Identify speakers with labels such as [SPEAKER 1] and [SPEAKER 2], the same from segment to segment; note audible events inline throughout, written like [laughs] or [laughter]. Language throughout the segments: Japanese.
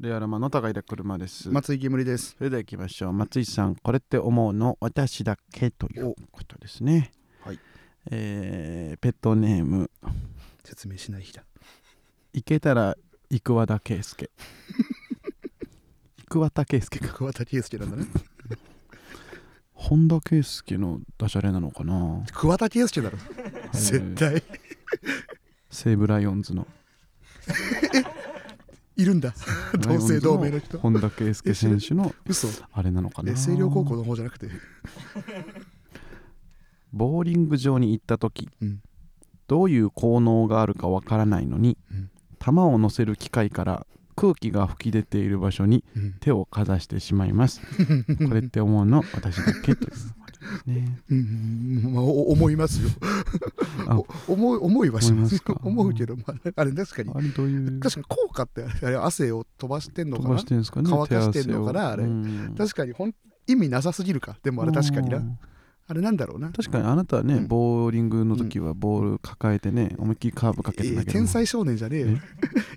[SPEAKER 1] レアルマの高井田車です、
[SPEAKER 2] 松井けむりです。
[SPEAKER 1] それでは行きましょう松井さんこれって思うの私だけということですね
[SPEAKER 2] はい
[SPEAKER 1] えーペットネーム
[SPEAKER 2] 説明しない日だ。
[SPEAKER 1] 行けたら生和田圭介生和田圭介か
[SPEAKER 2] 桑田佳祐なんだね。
[SPEAKER 1] 本田圭介のダジャレなのかな
[SPEAKER 2] 桑田佳祐だろ。絶対
[SPEAKER 1] 西武ライオンズの
[SPEAKER 2] いるんだ。 [laughs] 同姓同名の人。
[SPEAKER 1] 本田圭介選手
[SPEAKER 2] [laughs]
[SPEAKER 1] の
[SPEAKER 2] 嘘。
[SPEAKER 1] あれなのかな
[SPEAKER 2] え、星稜高校の方じゃなくて。
[SPEAKER 1] ボーリング場に行った時、
[SPEAKER 2] うん
[SPEAKER 1] どういう効能があるかわからないのに、
[SPEAKER 2] うん
[SPEAKER 1] 球を乗せる機械から空気が吹き出ている場所に
[SPEAKER 2] うん
[SPEAKER 1] 手をかざしてしまい
[SPEAKER 2] [laughs]
[SPEAKER 1] ますこれって思うの私だけということですね
[SPEAKER 2] うん、まあ、お思いますよ
[SPEAKER 1] あ。
[SPEAKER 2] お思い、思いはしますよ
[SPEAKER 1] 思いますか。
[SPEAKER 2] 思うけど、まあ、あれ確かに。
[SPEAKER 1] あれどういう
[SPEAKER 2] 確かに効果って、あれ汗を飛ばしてんの
[SPEAKER 1] 飛
[SPEAKER 2] か
[SPEAKER 1] ば
[SPEAKER 2] な
[SPEAKER 1] し。てんですかね
[SPEAKER 2] 乾かしてんのかなあれ
[SPEAKER 1] 確
[SPEAKER 2] 確かに、ほん、意味なさすぎるか。でも、あれ確かにな。あれなんだろうな。
[SPEAKER 1] 確かにあなたはね、
[SPEAKER 2] うん
[SPEAKER 1] ボーリングの時はボール抱えてね思いっきりカーブかけて
[SPEAKER 2] え
[SPEAKER 1] た
[SPEAKER 2] ー
[SPEAKER 1] けども
[SPEAKER 2] 天才少年じゃねえよ。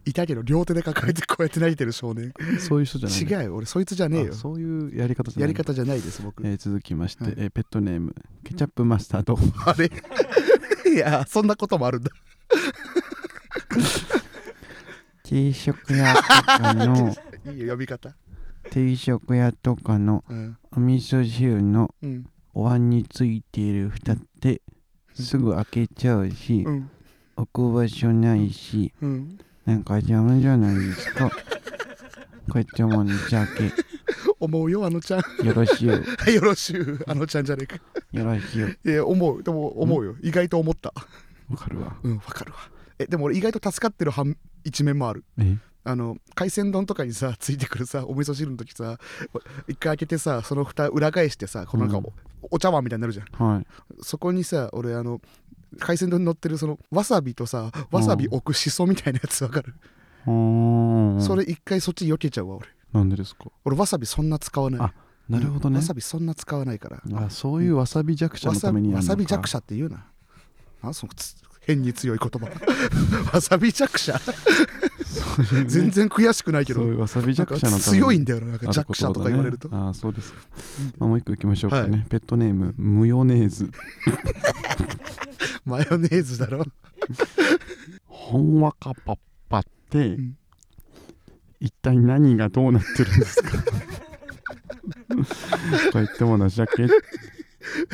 [SPEAKER 2] いたけど、両手で抱えて、こうやって投げてる少年。
[SPEAKER 1] そういう人じゃない
[SPEAKER 2] 違うよ、俺、そいつじゃねえよ
[SPEAKER 1] あ。そういうやり方じゃな
[SPEAKER 2] や
[SPEAKER 1] い
[SPEAKER 2] り方じゃないです、僕。
[SPEAKER 1] えー続きまして、
[SPEAKER 2] はい
[SPEAKER 1] えーペットネームケチャップマスタード
[SPEAKER 2] あれ [laughs] いや、そんなこともあるんだ。
[SPEAKER 1] 定食屋とか
[SPEAKER 2] [laughs]
[SPEAKER 1] の
[SPEAKER 2] いいよ、呼び方。
[SPEAKER 1] 定食屋とかの
[SPEAKER 2] うん。
[SPEAKER 1] お味噌汁の
[SPEAKER 2] うん。
[SPEAKER 1] お椀についている蓋ってすぐ開けちゃうし、
[SPEAKER 2] うん。
[SPEAKER 1] 置く場所ないし
[SPEAKER 2] うん。
[SPEAKER 1] なんか邪魔じゃないですかこいつもんじゃけ
[SPEAKER 2] 思うよ、あのちゃん。 [laughs]
[SPEAKER 1] よろしゅう
[SPEAKER 2] よろしゅう、あのちゃんじゃねえか。
[SPEAKER 1] よろしゅう
[SPEAKER 2] いや、思う。でも、思うよ。意外と思った。
[SPEAKER 1] わかるわ
[SPEAKER 2] うん、わかるわ。え、でも俺、意外と助かってる反一面もある。
[SPEAKER 1] え
[SPEAKER 2] あの海鮮丼とかにさついてくるさお味噌汁の時さ一回開けてさその蓋裏返してさこのなんかおお茶碗みたいになるじゃん
[SPEAKER 1] はい
[SPEAKER 2] そこにさ俺あの海鮮丼に乗ってるそのわさびとさわさび置くしそみたいなやつわかる、
[SPEAKER 1] うーん
[SPEAKER 2] それ一回そっち避けちゃうわ俺
[SPEAKER 1] なんでですか
[SPEAKER 2] 俺わさびそんな使わない
[SPEAKER 1] あなるほどね
[SPEAKER 2] わさびそんな使わないから
[SPEAKER 1] あそういうわさび弱者
[SPEAKER 2] わ
[SPEAKER 1] の
[SPEAKER 2] さ
[SPEAKER 1] ためにや
[SPEAKER 2] わ
[SPEAKER 1] るのか
[SPEAKER 2] さび弱者って言うなあそのつ変に強い言葉 [laughs] わさび弱者全然悔しくないけど
[SPEAKER 1] そういうわさび
[SPEAKER 2] なん
[SPEAKER 1] 弱
[SPEAKER 2] か
[SPEAKER 1] 者のために
[SPEAKER 2] 強いんだよななんか弱者とか言われると
[SPEAKER 1] ああそうですか、まあ、もう一個いきましょうかね、
[SPEAKER 2] は
[SPEAKER 1] ペットネームムヨネーズ
[SPEAKER 2] マヨネーズだろ [laughs]
[SPEAKER 1] ほんわかパッパって、
[SPEAKER 2] ん
[SPEAKER 1] 一体何がどうなってるん
[SPEAKER 2] [laughs]
[SPEAKER 1] ですかこういったものじゃけ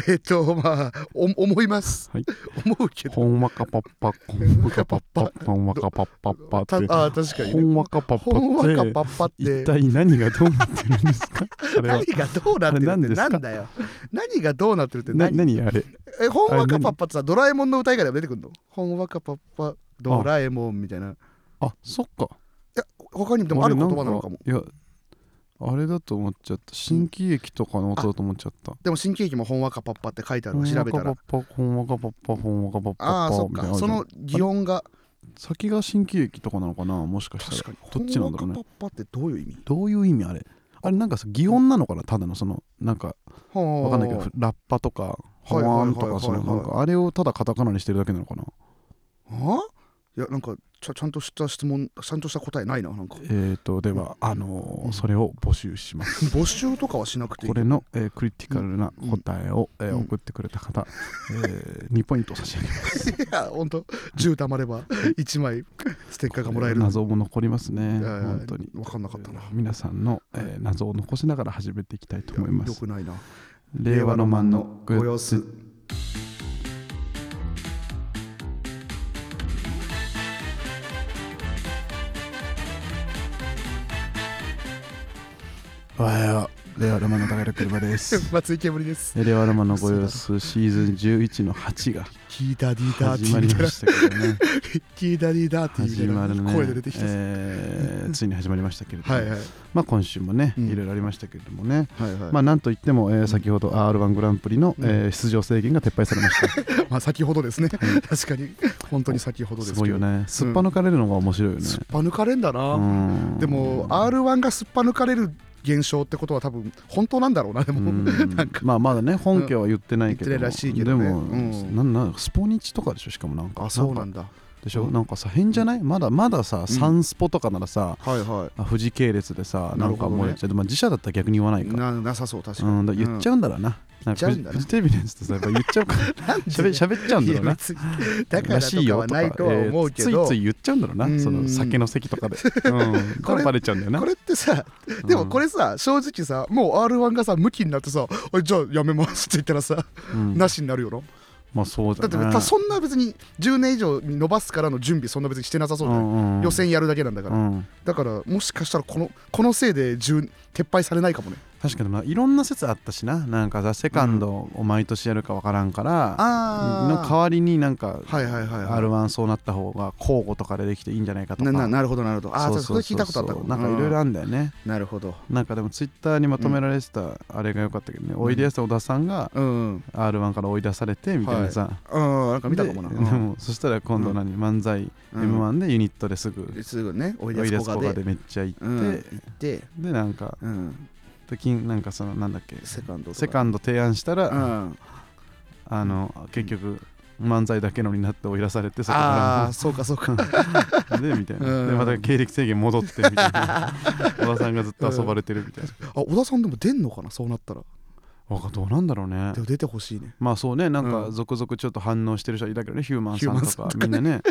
[SPEAKER 2] えっとまあお思います、
[SPEAKER 1] はい
[SPEAKER 2] 思うけど
[SPEAKER 1] ほんわかパッパほんわかパッパほんわかパッパッパ
[SPEAKER 2] た
[SPEAKER 1] っ
[SPEAKER 2] あ
[SPEAKER 1] て
[SPEAKER 2] ー確かに
[SPEAKER 1] ほ
[SPEAKER 2] ね
[SPEAKER 1] んわかパ
[SPEAKER 2] ほんわか
[SPEAKER 1] ッ
[SPEAKER 2] パ
[SPEAKER 1] パって
[SPEAKER 2] ッパっ
[SPEAKER 1] 一
[SPEAKER 2] て
[SPEAKER 1] 体何がどうなってるんですかあれは
[SPEAKER 2] 何がどうなってる
[SPEAKER 1] あれ何
[SPEAKER 2] っ
[SPEAKER 1] で
[SPEAKER 2] て
[SPEAKER 1] すか
[SPEAKER 2] なんだよ何がどうなってるって
[SPEAKER 1] な
[SPEAKER 2] 何
[SPEAKER 1] 何あれ
[SPEAKER 2] えほんわ
[SPEAKER 1] あれ
[SPEAKER 2] か
[SPEAKER 1] 何
[SPEAKER 2] パッパってさドラえもんの歌以外でも出てくるのほんわかパッパドラえもんみたいない
[SPEAKER 1] あそっか
[SPEAKER 2] や他にもでもある言葉なのかも
[SPEAKER 1] あれなんかいやあれだと思っちゃった新喜劇とかの音だと思っちゃった
[SPEAKER 2] でも新喜劇もほんわかパッパって書いてあるわ調べた
[SPEAKER 1] ほ
[SPEAKER 2] ら
[SPEAKER 1] んわかパッパほんわかパッパほん
[SPEAKER 2] あ
[SPEAKER 1] わ
[SPEAKER 2] あ
[SPEAKER 1] かパッパ
[SPEAKER 2] そっ
[SPEAKER 1] みたい
[SPEAKER 2] か
[SPEAKER 1] な
[SPEAKER 2] その擬音が
[SPEAKER 1] 先が新喜劇とかなのかなもしかし
[SPEAKER 2] 確
[SPEAKER 1] た
[SPEAKER 2] からに
[SPEAKER 1] どっちなんだろう
[SPEAKER 2] ほ
[SPEAKER 1] ね
[SPEAKER 2] わかパッパってどういう意味
[SPEAKER 1] どういう意味あれあれなんかさ擬音なのかなただのそのなんかわ
[SPEAKER 2] わ
[SPEAKER 1] かんないけどラッパとか
[SPEAKER 2] い
[SPEAKER 1] ホ
[SPEAKER 2] はい
[SPEAKER 1] ワ
[SPEAKER 2] はいは
[SPEAKER 1] ン
[SPEAKER 2] い
[SPEAKER 1] とかそのなんかあれをただカタカナにしてるだけなのかな
[SPEAKER 2] あいやなんかちゃちゃんとした質問ちゃんとした答えないななんか
[SPEAKER 1] えーとではあのーそれを募集します
[SPEAKER 2] 募集とかはしなくていい
[SPEAKER 1] これの、えークリティカルな答えを、えー
[SPEAKER 2] うん
[SPEAKER 1] 送ってくれた方、えー2ポイント差し上げ
[SPEAKER 2] [laughs]
[SPEAKER 1] ます
[SPEAKER 2] [laughs] いや本当10貯まれば1枚ステッカーがもらえる
[SPEAKER 1] 謎も残りますね
[SPEAKER 2] いやいや
[SPEAKER 1] 本当に
[SPEAKER 2] 分かんなかったな
[SPEAKER 1] 皆さんの、えー謎を残しながら始めていきたいと思いま
[SPEAKER 2] よ
[SPEAKER 1] す
[SPEAKER 2] くないな
[SPEAKER 1] 令和ロマンのグッズおはよう令和ロマンの高田車です
[SPEAKER 2] [laughs] 松井けぶりです
[SPEAKER 1] えー令和ロマンのご様子シーズン11の8が
[SPEAKER 2] キータディーターティ
[SPEAKER 1] 始
[SPEAKER 2] ー
[SPEAKER 1] ま
[SPEAKER 2] み
[SPEAKER 1] り
[SPEAKER 2] たい
[SPEAKER 1] ま
[SPEAKER 2] な
[SPEAKER 1] したけど
[SPEAKER 2] [laughs]
[SPEAKER 1] ね
[SPEAKER 2] キータディーターティーみた
[SPEAKER 1] 始
[SPEAKER 2] い
[SPEAKER 1] まる
[SPEAKER 2] な
[SPEAKER 1] ね
[SPEAKER 2] 声で出てきた、
[SPEAKER 1] えーついに始まりましたけれども、
[SPEAKER 2] はいはい
[SPEAKER 1] まあ、今週もね、
[SPEAKER 2] うん
[SPEAKER 1] いろいろありましたけれどもね、
[SPEAKER 2] はいはい
[SPEAKER 1] ま
[SPEAKER 2] ま
[SPEAKER 1] あ、なんといっても、えー先ほど r 1グランプリの、
[SPEAKER 2] うん
[SPEAKER 1] えー出場制限が撤廃されました。
[SPEAKER 2] あ先ほどですね確かに本当に先ほどですす
[SPEAKER 1] ごい
[SPEAKER 2] け
[SPEAKER 1] よ
[SPEAKER 2] ど
[SPEAKER 1] ね。すっぱ抜かれるのが面白いよね。
[SPEAKER 2] すっぱ抜かれんだ
[SPEAKER 1] う
[SPEAKER 2] なんでも r 1がすっぱ抜かれる現象ってことは多分本当なんだろうなで
[SPEAKER 1] う
[SPEAKER 2] も
[SPEAKER 1] ん
[SPEAKER 2] なん [laughs] か
[SPEAKER 1] まあまだね本家は言ってないけど、
[SPEAKER 2] 言ってないらしいけどね
[SPEAKER 1] でも、
[SPEAKER 2] うん
[SPEAKER 1] なんなんスポニチとかでしょしかもなんか
[SPEAKER 2] あそうなん
[SPEAKER 1] か
[SPEAKER 2] だ
[SPEAKER 1] でしょ、
[SPEAKER 2] うん
[SPEAKER 1] なんかさ変じゃないまだまださ、サンスポとかならさ
[SPEAKER 2] はいは
[SPEAKER 1] あ富士系列でさ
[SPEAKER 2] な
[SPEAKER 1] な
[SPEAKER 2] る
[SPEAKER 1] ん
[SPEAKER 2] ほ
[SPEAKER 1] か
[SPEAKER 2] どね
[SPEAKER 1] もうやっちゃう、まあ、自社だったら逆に言わない
[SPEAKER 2] い
[SPEAKER 1] か
[SPEAKER 2] ななさそう確か
[SPEAKER 1] う
[SPEAKER 2] に、
[SPEAKER 1] ん、だから言っちゃ
[SPEAKER 2] ゃ
[SPEAKER 1] うんだろうな。なんか
[SPEAKER 2] 言っち
[SPEAKER 1] フジ
[SPEAKER 2] ゃうんだな
[SPEAKER 1] フジテレビのやつってさ、やっぱ言っちゃうから、
[SPEAKER 2] [laughs]
[SPEAKER 1] しゃべしゃべっちゃうんだろうな。
[SPEAKER 2] だ
[SPEAKER 1] [laughs]
[SPEAKER 2] からら
[SPEAKER 1] し
[SPEAKER 2] と
[SPEAKER 1] い
[SPEAKER 2] か
[SPEAKER 1] よ
[SPEAKER 2] は
[SPEAKER 1] と
[SPEAKER 2] な
[SPEAKER 1] か、え
[SPEAKER 2] いとは思う
[SPEAKER 1] ー
[SPEAKER 2] け
[SPEAKER 1] つ
[SPEAKER 2] ど、
[SPEAKER 1] いつい言っちゃうんだろう
[SPEAKER 2] うん
[SPEAKER 1] な、その酒の席と
[SPEAKER 2] [laughs]
[SPEAKER 1] かで。うん、
[SPEAKER 2] これ
[SPEAKER 1] バレちゃうんだよな
[SPEAKER 2] こ。れってさでもこれさ正直さもう r 1がさ向きになってさ「おいじゃあやめます」って言ったらさ、
[SPEAKER 1] うん
[SPEAKER 2] なしになるよな
[SPEAKER 1] まあそう
[SPEAKER 2] だ
[SPEAKER 1] だ
[SPEAKER 2] って
[SPEAKER 1] ね。
[SPEAKER 2] たそんな別に10年以上に伸ばすからの準備そんな別にしてなさそうじゃない、
[SPEAKER 1] うんうん
[SPEAKER 2] 予選やるだけなんだから、
[SPEAKER 1] うん
[SPEAKER 2] だからもしかしたらこのこのせいで10撤廃されないかもね
[SPEAKER 1] 確かにまあいろんな説あったしななんかさセカンドを毎年やるかわからんから、
[SPEAKER 2] あ
[SPEAKER 1] の代わりになんか
[SPEAKER 2] はいはいはいはい
[SPEAKER 1] r 1そうなった方が交互とかでできていいんじゃないかとか
[SPEAKER 2] なななるほどなるほどああそれ聞いたことあった
[SPEAKER 1] なんかいろいろ
[SPEAKER 2] あ
[SPEAKER 1] あんだよね
[SPEAKER 2] なるほど
[SPEAKER 1] なんかでもツイッターにまとめられてたあれが良かったけどね、おいでやす小田さんが
[SPEAKER 2] うんうん
[SPEAKER 1] r 1から追い出されてみたいなさ、
[SPEAKER 2] うんなんか見たかもな
[SPEAKER 1] で
[SPEAKER 2] う
[SPEAKER 1] で
[SPEAKER 2] ん
[SPEAKER 1] もそしたら今度何、漫才、m 1でユニットですぐ
[SPEAKER 2] すぐねお
[SPEAKER 1] お
[SPEAKER 2] い
[SPEAKER 1] い
[SPEAKER 2] で
[SPEAKER 1] で
[SPEAKER 2] や
[SPEAKER 1] や
[SPEAKER 2] す
[SPEAKER 1] す
[SPEAKER 2] こ
[SPEAKER 1] こ
[SPEAKER 2] が
[SPEAKER 1] が
[SPEAKER 2] で
[SPEAKER 1] でめっちゃ行って、
[SPEAKER 2] うん行って
[SPEAKER 1] でなんか
[SPEAKER 2] うん
[SPEAKER 1] 時なんかそのなんだっけ
[SPEAKER 2] セカンドとか
[SPEAKER 1] セカンド提案したら、
[SPEAKER 2] うん
[SPEAKER 1] あの結局漫才だけのになって追い出されてそこ
[SPEAKER 2] あ
[SPEAKER 1] か
[SPEAKER 2] あそうかそうか
[SPEAKER 1] らでみたいな、
[SPEAKER 2] うん
[SPEAKER 1] でまた経歴制限戻ってみたい
[SPEAKER 2] [laughs]
[SPEAKER 1] な小田さんがずっと遊ばれてるみたいな、
[SPEAKER 2] あ小田さんでも出んのかなそうなったら
[SPEAKER 1] わかどうなんだろうね
[SPEAKER 2] でも出てほしいね
[SPEAKER 1] まあそうねなんか
[SPEAKER 2] うん
[SPEAKER 1] 続々ちょっと反応してる人はいたけどねヒューマンさんと
[SPEAKER 2] ヒューマン
[SPEAKER 1] か
[SPEAKER 2] さんとか
[SPEAKER 1] みんなね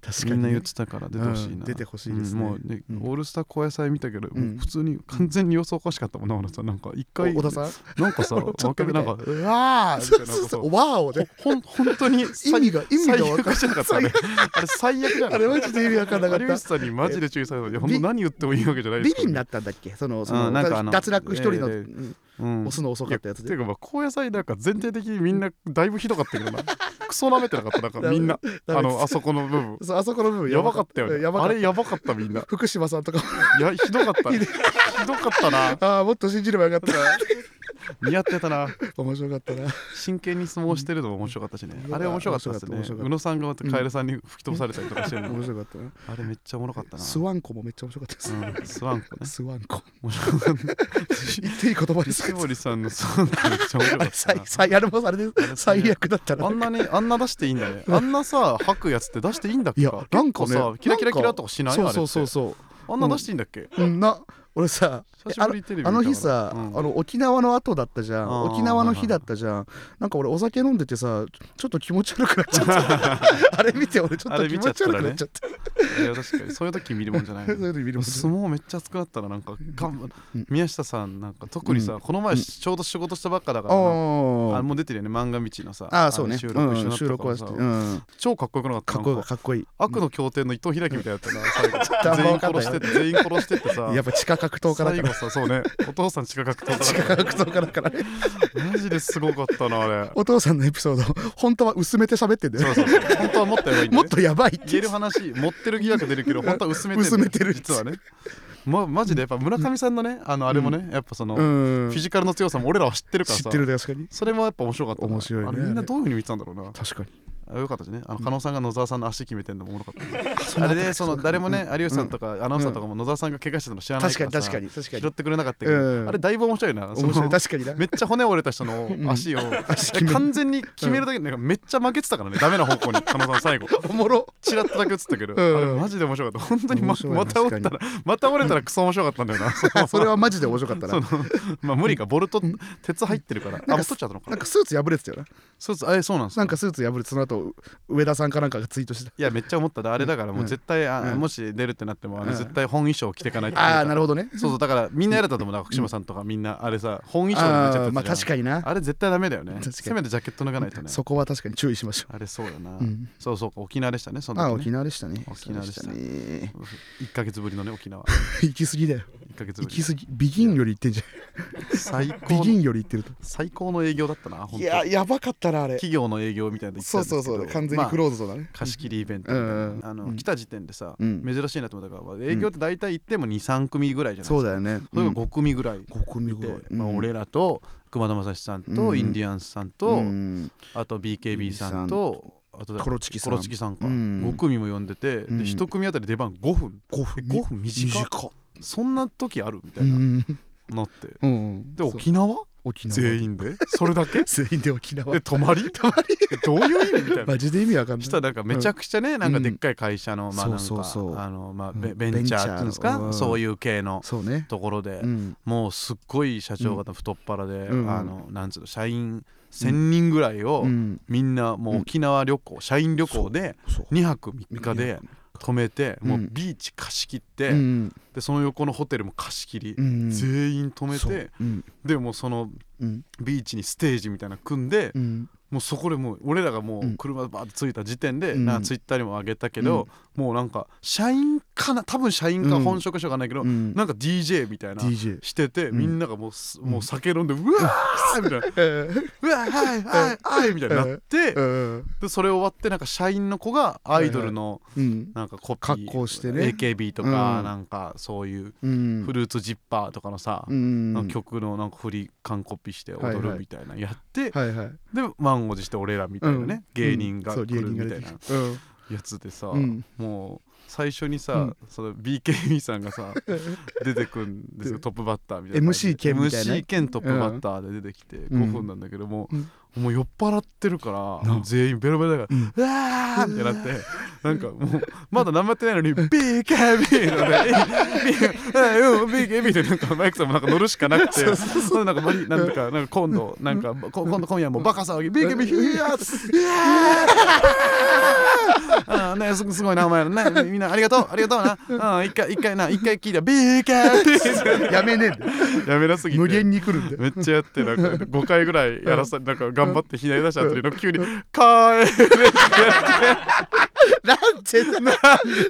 [SPEAKER 2] 確
[SPEAKER 1] みんな言ってたから出てほしいな、
[SPEAKER 2] うん出てほしいですね
[SPEAKER 1] うんもうね、
[SPEAKER 2] うん
[SPEAKER 1] オールスター高野菜見たけど、
[SPEAKER 2] うん
[SPEAKER 1] もう普通に完全に様子おかしかったもんな俺さなんか一回
[SPEAKER 2] お小田さん
[SPEAKER 1] なんかさ
[SPEAKER 2] 俺も [laughs] ちょ
[SPEAKER 1] 負
[SPEAKER 2] っと
[SPEAKER 1] け
[SPEAKER 2] 見
[SPEAKER 1] で
[SPEAKER 2] た
[SPEAKER 1] ないんかうわーみたいうななん
[SPEAKER 2] そそう
[SPEAKER 1] かさ
[SPEAKER 2] そうわーをね
[SPEAKER 1] ほん本当に意
[SPEAKER 2] 意味が意味が分
[SPEAKER 1] 最悪
[SPEAKER 2] か
[SPEAKER 1] じゃなかったあれあれ最悪じゃなか
[SPEAKER 2] あ
[SPEAKER 1] った
[SPEAKER 2] れマジで意味分かんなかっ
[SPEAKER 1] 有
[SPEAKER 2] た
[SPEAKER 1] 吉さんにマジで注意されたのに
[SPEAKER 2] え
[SPEAKER 1] 本当何言ってもいいわけじゃない
[SPEAKER 2] ビリに
[SPEAKER 1] っ
[SPEAKER 2] なったんだっけそのその
[SPEAKER 1] うんなんかあの
[SPEAKER 2] 脱落一人の、
[SPEAKER 1] ええ
[SPEAKER 2] うん
[SPEAKER 1] た、うん
[SPEAKER 2] 押すの遅かったやつ
[SPEAKER 1] ってい
[SPEAKER 2] で
[SPEAKER 1] うかまあ高野菜なんか全体的にみんなだいぶひどかったけどなクソなめてなかったなんかみんな
[SPEAKER 2] ダ
[SPEAKER 1] あ
[SPEAKER 2] メです
[SPEAKER 1] のあそこの部分
[SPEAKER 2] そうあ [laughs] そこの部分
[SPEAKER 1] やばかったよ
[SPEAKER 2] うん
[SPEAKER 1] ね
[SPEAKER 2] やば
[SPEAKER 1] あ
[SPEAKER 2] かった
[SPEAKER 1] れやばかったみんな
[SPEAKER 2] 福島さんとかも
[SPEAKER 1] いやひどかっ
[SPEAKER 2] [laughs]
[SPEAKER 1] たひどかったな
[SPEAKER 2] ああもっと信じればよかっ
[SPEAKER 1] [laughs] 似合ってたな
[SPEAKER 2] た面白かったな
[SPEAKER 1] 真剣に相撲してるのも面白かったしね
[SPEAKER 2] うん
[SPEAKER 1] あれ面白かったですね
[SPEAKER 2] 面白かった面白かった
[SPEAKER 1] 宇野さんがまたカエルさんに吹き飛ばされたりとかしてるの
[SPEAKER 2] 面白かったな
[SPEAKER 1] あれめっちゃおもろかったな
[SPEAKER 2] スワンコもめっちゃ面白かったです、
[SPEAKER 1] うんスワンコね
[SPEAKER 2] スワンコ
[SPEAKER 1] 面白かった
[SPEAKER 2] 言っていい言葉です
[SPEAKER 1] 石森さんのスワンコめっちゃ面白
[SPEAKER 2] [laughs] あ
[SPEAKER 1] か
[SPEAKER 2] れ
[SPEAKER 1] った
[SPEAKER 2] 最
[SPEAKER 1] な
[SPEAKER 2] 最あれもあれで
[SPEAKER 1] あれね
[SPEAKER 2] 最悪だった
[SPEAKER 1] あ
[SPEAKER 2] なん
[SPEAKER 1] なにあんな出していいんだねあんなさ吐くやつって出していいんだっけ
[SPEAKER 2] いや
[SPEAKER 1] か
[SPEAKER 2] なんかね
[SPEAKER 1] 結構さキラキラキラとかしないあれ
[SPEAKER 2] そ
[SPEAKER 1] って
[SPEAKER 2] うそうそうそ
[SPEAKER 1] あんな出していいんだっけ
[SPEAKER 2] ううんな俺さえ
[SPEAKER 1] 久し
[SPEAKER 2] あ
[SPEAKER 1] ぶり
[SPEAKER 2] の
[SPEAKER 1] にテレビ見た
[SPEAKER 2] あ
[SPEAKER 1] から
[SPEAKER 2] の日さ、
[SPEAKER 1] うん
[SPEAKER 2] あの沖縄の後だったじゃ
[SPEAKER 1] あー
[SPEAKER 2] ん沖縄の日だったじゃんなんか俺お酒飲んでてさちょっと気持ち悪くなっちゃった
[SPEAKER 1] [laughs]
[SPEAKER 2] あれ見て俺ちょっ
[SPEAKER 1] あ
[SPEAKER 2] と
[SPEAKER 1] れ
[SPEAKER 2] 気
[SPEAKER 1] 見ちゃ
[SPEAKER 2] 持
[SPEAKER 1] っ
[SPEAKER 2] ち
[SPEAKER 1] たら
[SPEAKER 2] 悪
[SPEAKER 1] ね
[SPEAKER 2] くなっちゃった
[SPEAKER 1] いや確かにそういう時見るもんじゃない
[SPEAKER 2] [laughs] そ
[SPEAKER 1] な
[SPEAKER 2] ういうの見るもんじゃない
[SPEAKER 1] 相撲めっちゃ熱くなったらなんかがん
[SPEAKER 2] うん
[SPEAKER 1] 宮下さんなんか特にさ、
[SPEAKER 2] うん
[SPEAKER 1] この前ちょうど仕事したばっかだからな、あ
[SPEAKER 2] あ
[SPEAKER 1] れもう出てるよね漫画道のさ
[SPEAKER 2] ああそう
[SPEAKER 1] の
[SPEAKER 2] ね
[SPEAKER 1] 収録一緒に
[SPEAKER 2] うん
[SPEAKER 1] なった
[SPEAKER 2] 収録
[SPEAKER 1] から
[SPEAKER 2] はし
[SPEAKER 1] さ、
[SPEAKER 2] て、うん、
[SPEAKER 1] 超かっこよくなかった
[SPEAKER 2] かっこいい
[SPEAKER 1] なん
[SPEAKER 2] かっこいい
[SPEAKER 1] 悪の経典の伊藤英機みたいだったな
[SPEAKER 2] [laughs] うん
[SPEAKER 1] 最後全員殺してって全員殺してってさ
[SPEAKER 2] やっぱ地下格闘家だ
[SPEAKER 1] 最
[SPEAKER 2] から
[SPEAKER 1] 後さそうねお父さん近くと
[SPEAKER 2] 地下格闘家だからね
[SPEAKER 1] マジですごかったなあれ
[SPEAKER 2] お父さんのエピソード本当は薄めて喋ってんだよ
[SPEAKER 1] そうそうそう本当はもっとやばいんだ
[SPEAKER 2] も
[SPEAKER 1] よ
[SPEAKER 2] っ
[SPEAKER 1] ね
[SPEAKER 2] とやばいって
[SPEAKER 1] 言える話持ってる疑惑出るけど本当は薄めてんだよ
[SPEAKER 2] 薄めてる
[SPEAKER 1] 実はねまマジでやっぱ村上さんのねあのあれもねやっぱその、
[SPEAKER 2] う
[SPEAKER 1] フ
[SPEAKER 2] ん
[SPEAKER 1] ィジカルの強さも俺らは知ってるから
[SPEAKER 2] 知
[SPEAKER 1] さ
[SPEAKER 2] ってるね確かに
[SPEAKER 1] それもやっぱ面白かったな
[SPEAKER 2] 面白いね
[SPEAKER 1] あれみんなどういうふうに見てたんだろうな
[SPEAKER 2] 確かに
[SPEAKER 1] あよかったしねあの加納さんが野沢さんの足決めてんのもおもろかった、あれでその誰もね、有吉さんとかアナウンサーとかも野沢さんが怪我してたの知らない
[SPEAKER 2] 確
[SPEAKER 1] か
[SPEAKER 2] からに
[SPEAKER 1] さ
[SPEAKER 2] 確かに確か
[SPEAKER 1] 拾
[SPEAKER 2] に
[SPEAKER 1] ってくれなかったけど、
[SPEAKER 2] うん
[SPEAKER 1] あれだいぶ面白いなその
[SPEAKER 2] 面白い確かにな
[SPEAKER 1] めっちゃ骨折れた人の足を、
[SPEAKER 2] 決める
[SPEAKER 1] 完全に決めるだけでなんかめっちゃ負けてたからねダメな方向に加納さん最後
[SPEAKER 2] おもろ
[SPEAKER 1] チラッとだけ映ったけど、
[SPEAKER 2] うん
[SPEAKER 1] あれマジで面白かった本当にま
[SPEAKER 2] 面白い
[SPEAKER 1] また折ったらまた折れたらクソ面白かったんだよな [laughs] その
[SPEAKER 2] それはマジで面白かった
[SPEAKER 1] そ
[SPEAKER 2] な
[SPEAKER 1] のまあ無理かボルト鉄入ってるからあもう取っちゃったのか
[SPEAKER 2] な
[SPEAKER 1] なん
[SPEAKER 2] かスーツ破れてたよな
[SPEAKER 1] そうそうあれそうなんですか
[SPEAKER 2] なんかスーツ破れてその後上田さんかなんかがツイートして
[SPEAKER 1] いやめっちゃ思ったであれだからもう絶対あ
[SPEAKER 2] うん
[SPEAKER 1] もし出るってなってもあの
[SPEAKER 2] うん
[SPEAKER 1] 絶対本衣装着てかないと
[SPEAKER 2] たああーなるほどね
[SPEAKER 1] そうそうだからみんなやれたと思うな福島さんとかみんなあれさ本衣装になっちゃっ
[SPEAKER 2] あ
[SPEAKER 1] た
[SPEAKER 2] ーまあ確
[SPEAKER 1] に
[SPEAKER 2] かにな
[SPEAKER 1] あれ絶対ダメだよね
[SPEAKER 2] 確かに
[SPEAKER 1] [laughs] せめてジャケット脱がないとね
[SPEAKER 2] そこは確かに注意しましょ
[SPEAKER 1] あれそうだな
[SPEAKER 2] うん
[SPEAKER 1] そうそう沖縄でしたねそ
[SPEAKER 2] ああ
[SPEAKER 1] の時
[SPEAKER 2] 沖
[SPEAKER 1] ね
[SPEAKER 2] 縄でしたね
[SPEAKER 1] 沖縄でした
[SPEAKER 2] そうね
[SPEAKER 1] [laughs] 1ヶ月ぶりのね沖縄
[SPEAKER 2] 行き過ぎだよ
[SPEAKER 1] 1ヶ月
[SPEAKER 2] 行
[SPEAKER 1] ぶり
[SPEAKER 2] き過ぎビギンより行ってんじ
[SPEAKER 1] 最
[SPEAKER 2] ゃん
[SPEAKER 1] 高
[SPEAKER 2] ビギンより行ってると
[SPEAKER 1] 最高の営業だったな本
[SPEAKER 2] い
[SPEAKER 1] 当
[SPEAKER 2] ややばかったなあれ
[SPEAKER 1] 企業の営業みたいなの言ってた
[SPEAKER 2] そ
[SPEAKER 1] んですけ
[SPEAKER 2] うそ
[SPEAKER 1] ど
[SPEAKER 2] うそう完全にクローズドだね、
[SPEAKER 1] 貸し切りイベントみたいな
[SPEAKER 2] うん
[SPEAKER 1] あ
[SPEAKER 2] う
[SPEAKER 1] の
[SPEAKER 2] ん
[SPEAKER 1] 来た時点でさ
[SPEAKER 2] うん
[SPEAKER 1] 珍しいなと思ったから営業って大体行っても23組ぐらいじゃないですか
[SPEAKER 2] そうだよね
[SPEAKER 1] それが5組ぐらい
[SPEAKER 2] 5組
[SPEAKER 1] いて
[SPEAKER 2] ぐらい、
[SPEAKER 1] まあ、俺らと熊田正史さん
[SPEAKER 2] う
[SPEAKER 1] と
[SPEAKER 2] ん
[SPEAKER 1] インディアンスさんと、
[SPEAKER 2] うん
[SPEAKER 1] あと BKB さんとあと
[SPEAKER 2] コロチキさん
[SPEAKER 1] コロチキさんか、
[SPEAKER 2] うん
[SPEAKER 1] 5組も呼んでて、
[SPEAKER 2] ん
[SPEAKER 1] で1組あたり出番5分
[SPEAKER 2] 5分
[SPEAKER 1] 5分短い
[SPEAKER 2] 短っ
[SPEAKER 1] そんな時あるみた
[SPEAKER 2] う
[SPEAKER 1] いな、
[SPEAKER 2] ん
[SPEAKER 1] なって
[SPEAKER 2] うん
[SPEAKER 1] で
[SPEAKER 2] そう
[SPEAKER 1] 沖縄
[SPEAKER 2] 沖縄
[SPEAKER 1] 全員でそれだ
[SPEAKER 2] [laughs]
[SPEAKER 1] け
[SPEAKER 2] 全員で沖縄
[SPEAKER 1] で泊まり泊まりどういう意味みたいな
[SPEAKER 2] マジで意味わかんない
[SPEAKER 1] したらなんかめちゃくちゃね、なんかでっかい会社のまあなんか
[SPEAKER 2] そうそうそう
[SPEAKER 1] あのまあ
[SPEAKER 2] うん
[SPEAKER 1] ベベンチャーっていうんですか、
[SPEAKER 2] ベンチャーのうん
[SPEAKER 1] そういう系の
[SPEAKER 2] そうね
[SPEAKER 1] ところで、
[SPEAKER 2] うん
[SPEAKER 1] もうすっごい社長方太っ腹で、
[SPEAKER 2] うん
[SPEAKER 1] あのなんつうの社員1,000人ぐらいを、
[SPEAKER 2] うん
[SPEAKER 1] みんなもう沖縄旅行、社員旅行で
[SPEAKER 2] そう
[SPEAKER 1] 2泊3日で泊めて、
[SPEAKER 2] うん
[SPEAKER 1] もうビーチ貸し切って、
[SPEAKER 2] うん
[SPEAKER 1] でその横のホテルも貸し切り、
[SPEAKER 2] うん
[SPEAKER 1] 全員泊めて、
[SPEAKER 2] そううん
[SPEAKER 1] でもうその
[SPEAKER 2] うん
[SPEAKER 1] ビーチにステージみたいなの組んで、
[SPEAKER 2] うん
[SPEAKER 1] もうそこでもう俺らがも
[SPEAKER 2] うん
[SPEAKER 1] う車バーッと着いた時点で、
[SPEAKER 2] うん
[SPEAKER 1] なんかツイッターにもあげたけど、もうなんか社員かな多分社員か
[SPEAKER 2] うん
[SPEAKER 1] 本職者かないけど、
[SPEAKER 2] うん
[SPEAKER 1] なんか DJ みたいな。
[SPEAKER 2] DJ
[SPEAKER 1] してて、
[SPEAKER 2] うん
[SPEAKER 1] みんながもうす
[SPEAKER 2] ん
[SPEAKER 1] もう酒飲んでうわ
[SPEAKER 2] [laughs]
[SPEAKER 1] ーみたいなうわーはいはいはいみたいになってでそれ終わってなんか社員の子がアイドルの
[SPEAKER 2] うん
[SPEAKER 1] なんかコピー
[SPEAKER 2] 格好してね
[SPEAKER 1] AKB とか
[SPEAKER 2] うん
[SPEAKER 1] なんかそういう
[SPEAKER 2] うん
[SPEAKER 1] フルーツジッパーとかのさ、
[SPEAKER 2] うんうん
[SPEAKER 1] 曲のなんか振り完コピして踊
[SPEAKER 2] はいは
[SPEAKER 1] る
[SPEAKER 2] い
[SPEAKER 1] みたいなやって、
[SPEAKER 2] はいはい
[SPEAKER 1] で満を持して俺らみたいなね、
[SPEAKER 2] うん
[SPEAKER 1] 芸人が
[SPEAKER 2] そ
[SPEAKER 1] 来
[SPEAKER 2] う
[SPEAKER 1] る
[SPEAKER 2] 芸人
[SPEAKER 1] み
[SPEAKER 2] が
[SPEAKER 1] た
[SPEAKER 2] 出
[SPEAKER 1] い
[SPEAKER 2] て
[SPEAKER 1] な
[SPEAKER 2] きたうん
[SPEAKER 1] やつでさ、
[SPEAKER 2] うん
[SPEAKER 1] もう最初にさ、
[SPEAKER 2] うん
[SPEAKER 1] その BKB さんが
[SPEAKER 2] [laughs]
[SPEAKER 1] さ出てくんですよトップバッターみたいな
[SPEAKER 2] MC 兼みたいな
[SPEAKER 1] MC 兼トップバッターで出てきて
[SPEAKER 2] ん
[SPEAKER 1] 5分なんだけども、
[SPEAKER 2] うん
[SPEAKER 1] もう酔っ払ってるから、
[SPEAKER 2] な
[SPEAKER 1] もう全員ベロベロだから、うわーってなってなんかもうまだ何もやってないのに BKB の
[SPEAKER 2] [laughs]
[SPEAKER 1] ね BKB でなんかマイクさんもなんか乗るしかなくてほんでなんかマリなんかなんか今度なんかこ今度今夜もバカ騒ぎ BKB ヒヤーっていやーあーねすすごいなお前らねみんなありがとうありがとうなうん一回一回な一回聞いた BKB
[SPEAKER 2] やめね
[SPEAKER 1] [laughs] やめなす
[SPEAKER 2] え
[SPEAKER 1] ぎて
[SPEAKER 2] [laughs] 無限に来
[SPEAKER 1] [laughs]
[SPEAKER 2] るんだよ
[SPEAKER 1] めっちゃやってなんか5回ぐらいやらさなんか頑張ってひねり出した後になんか急に「かえれ
[SPEAKER 2] なんてな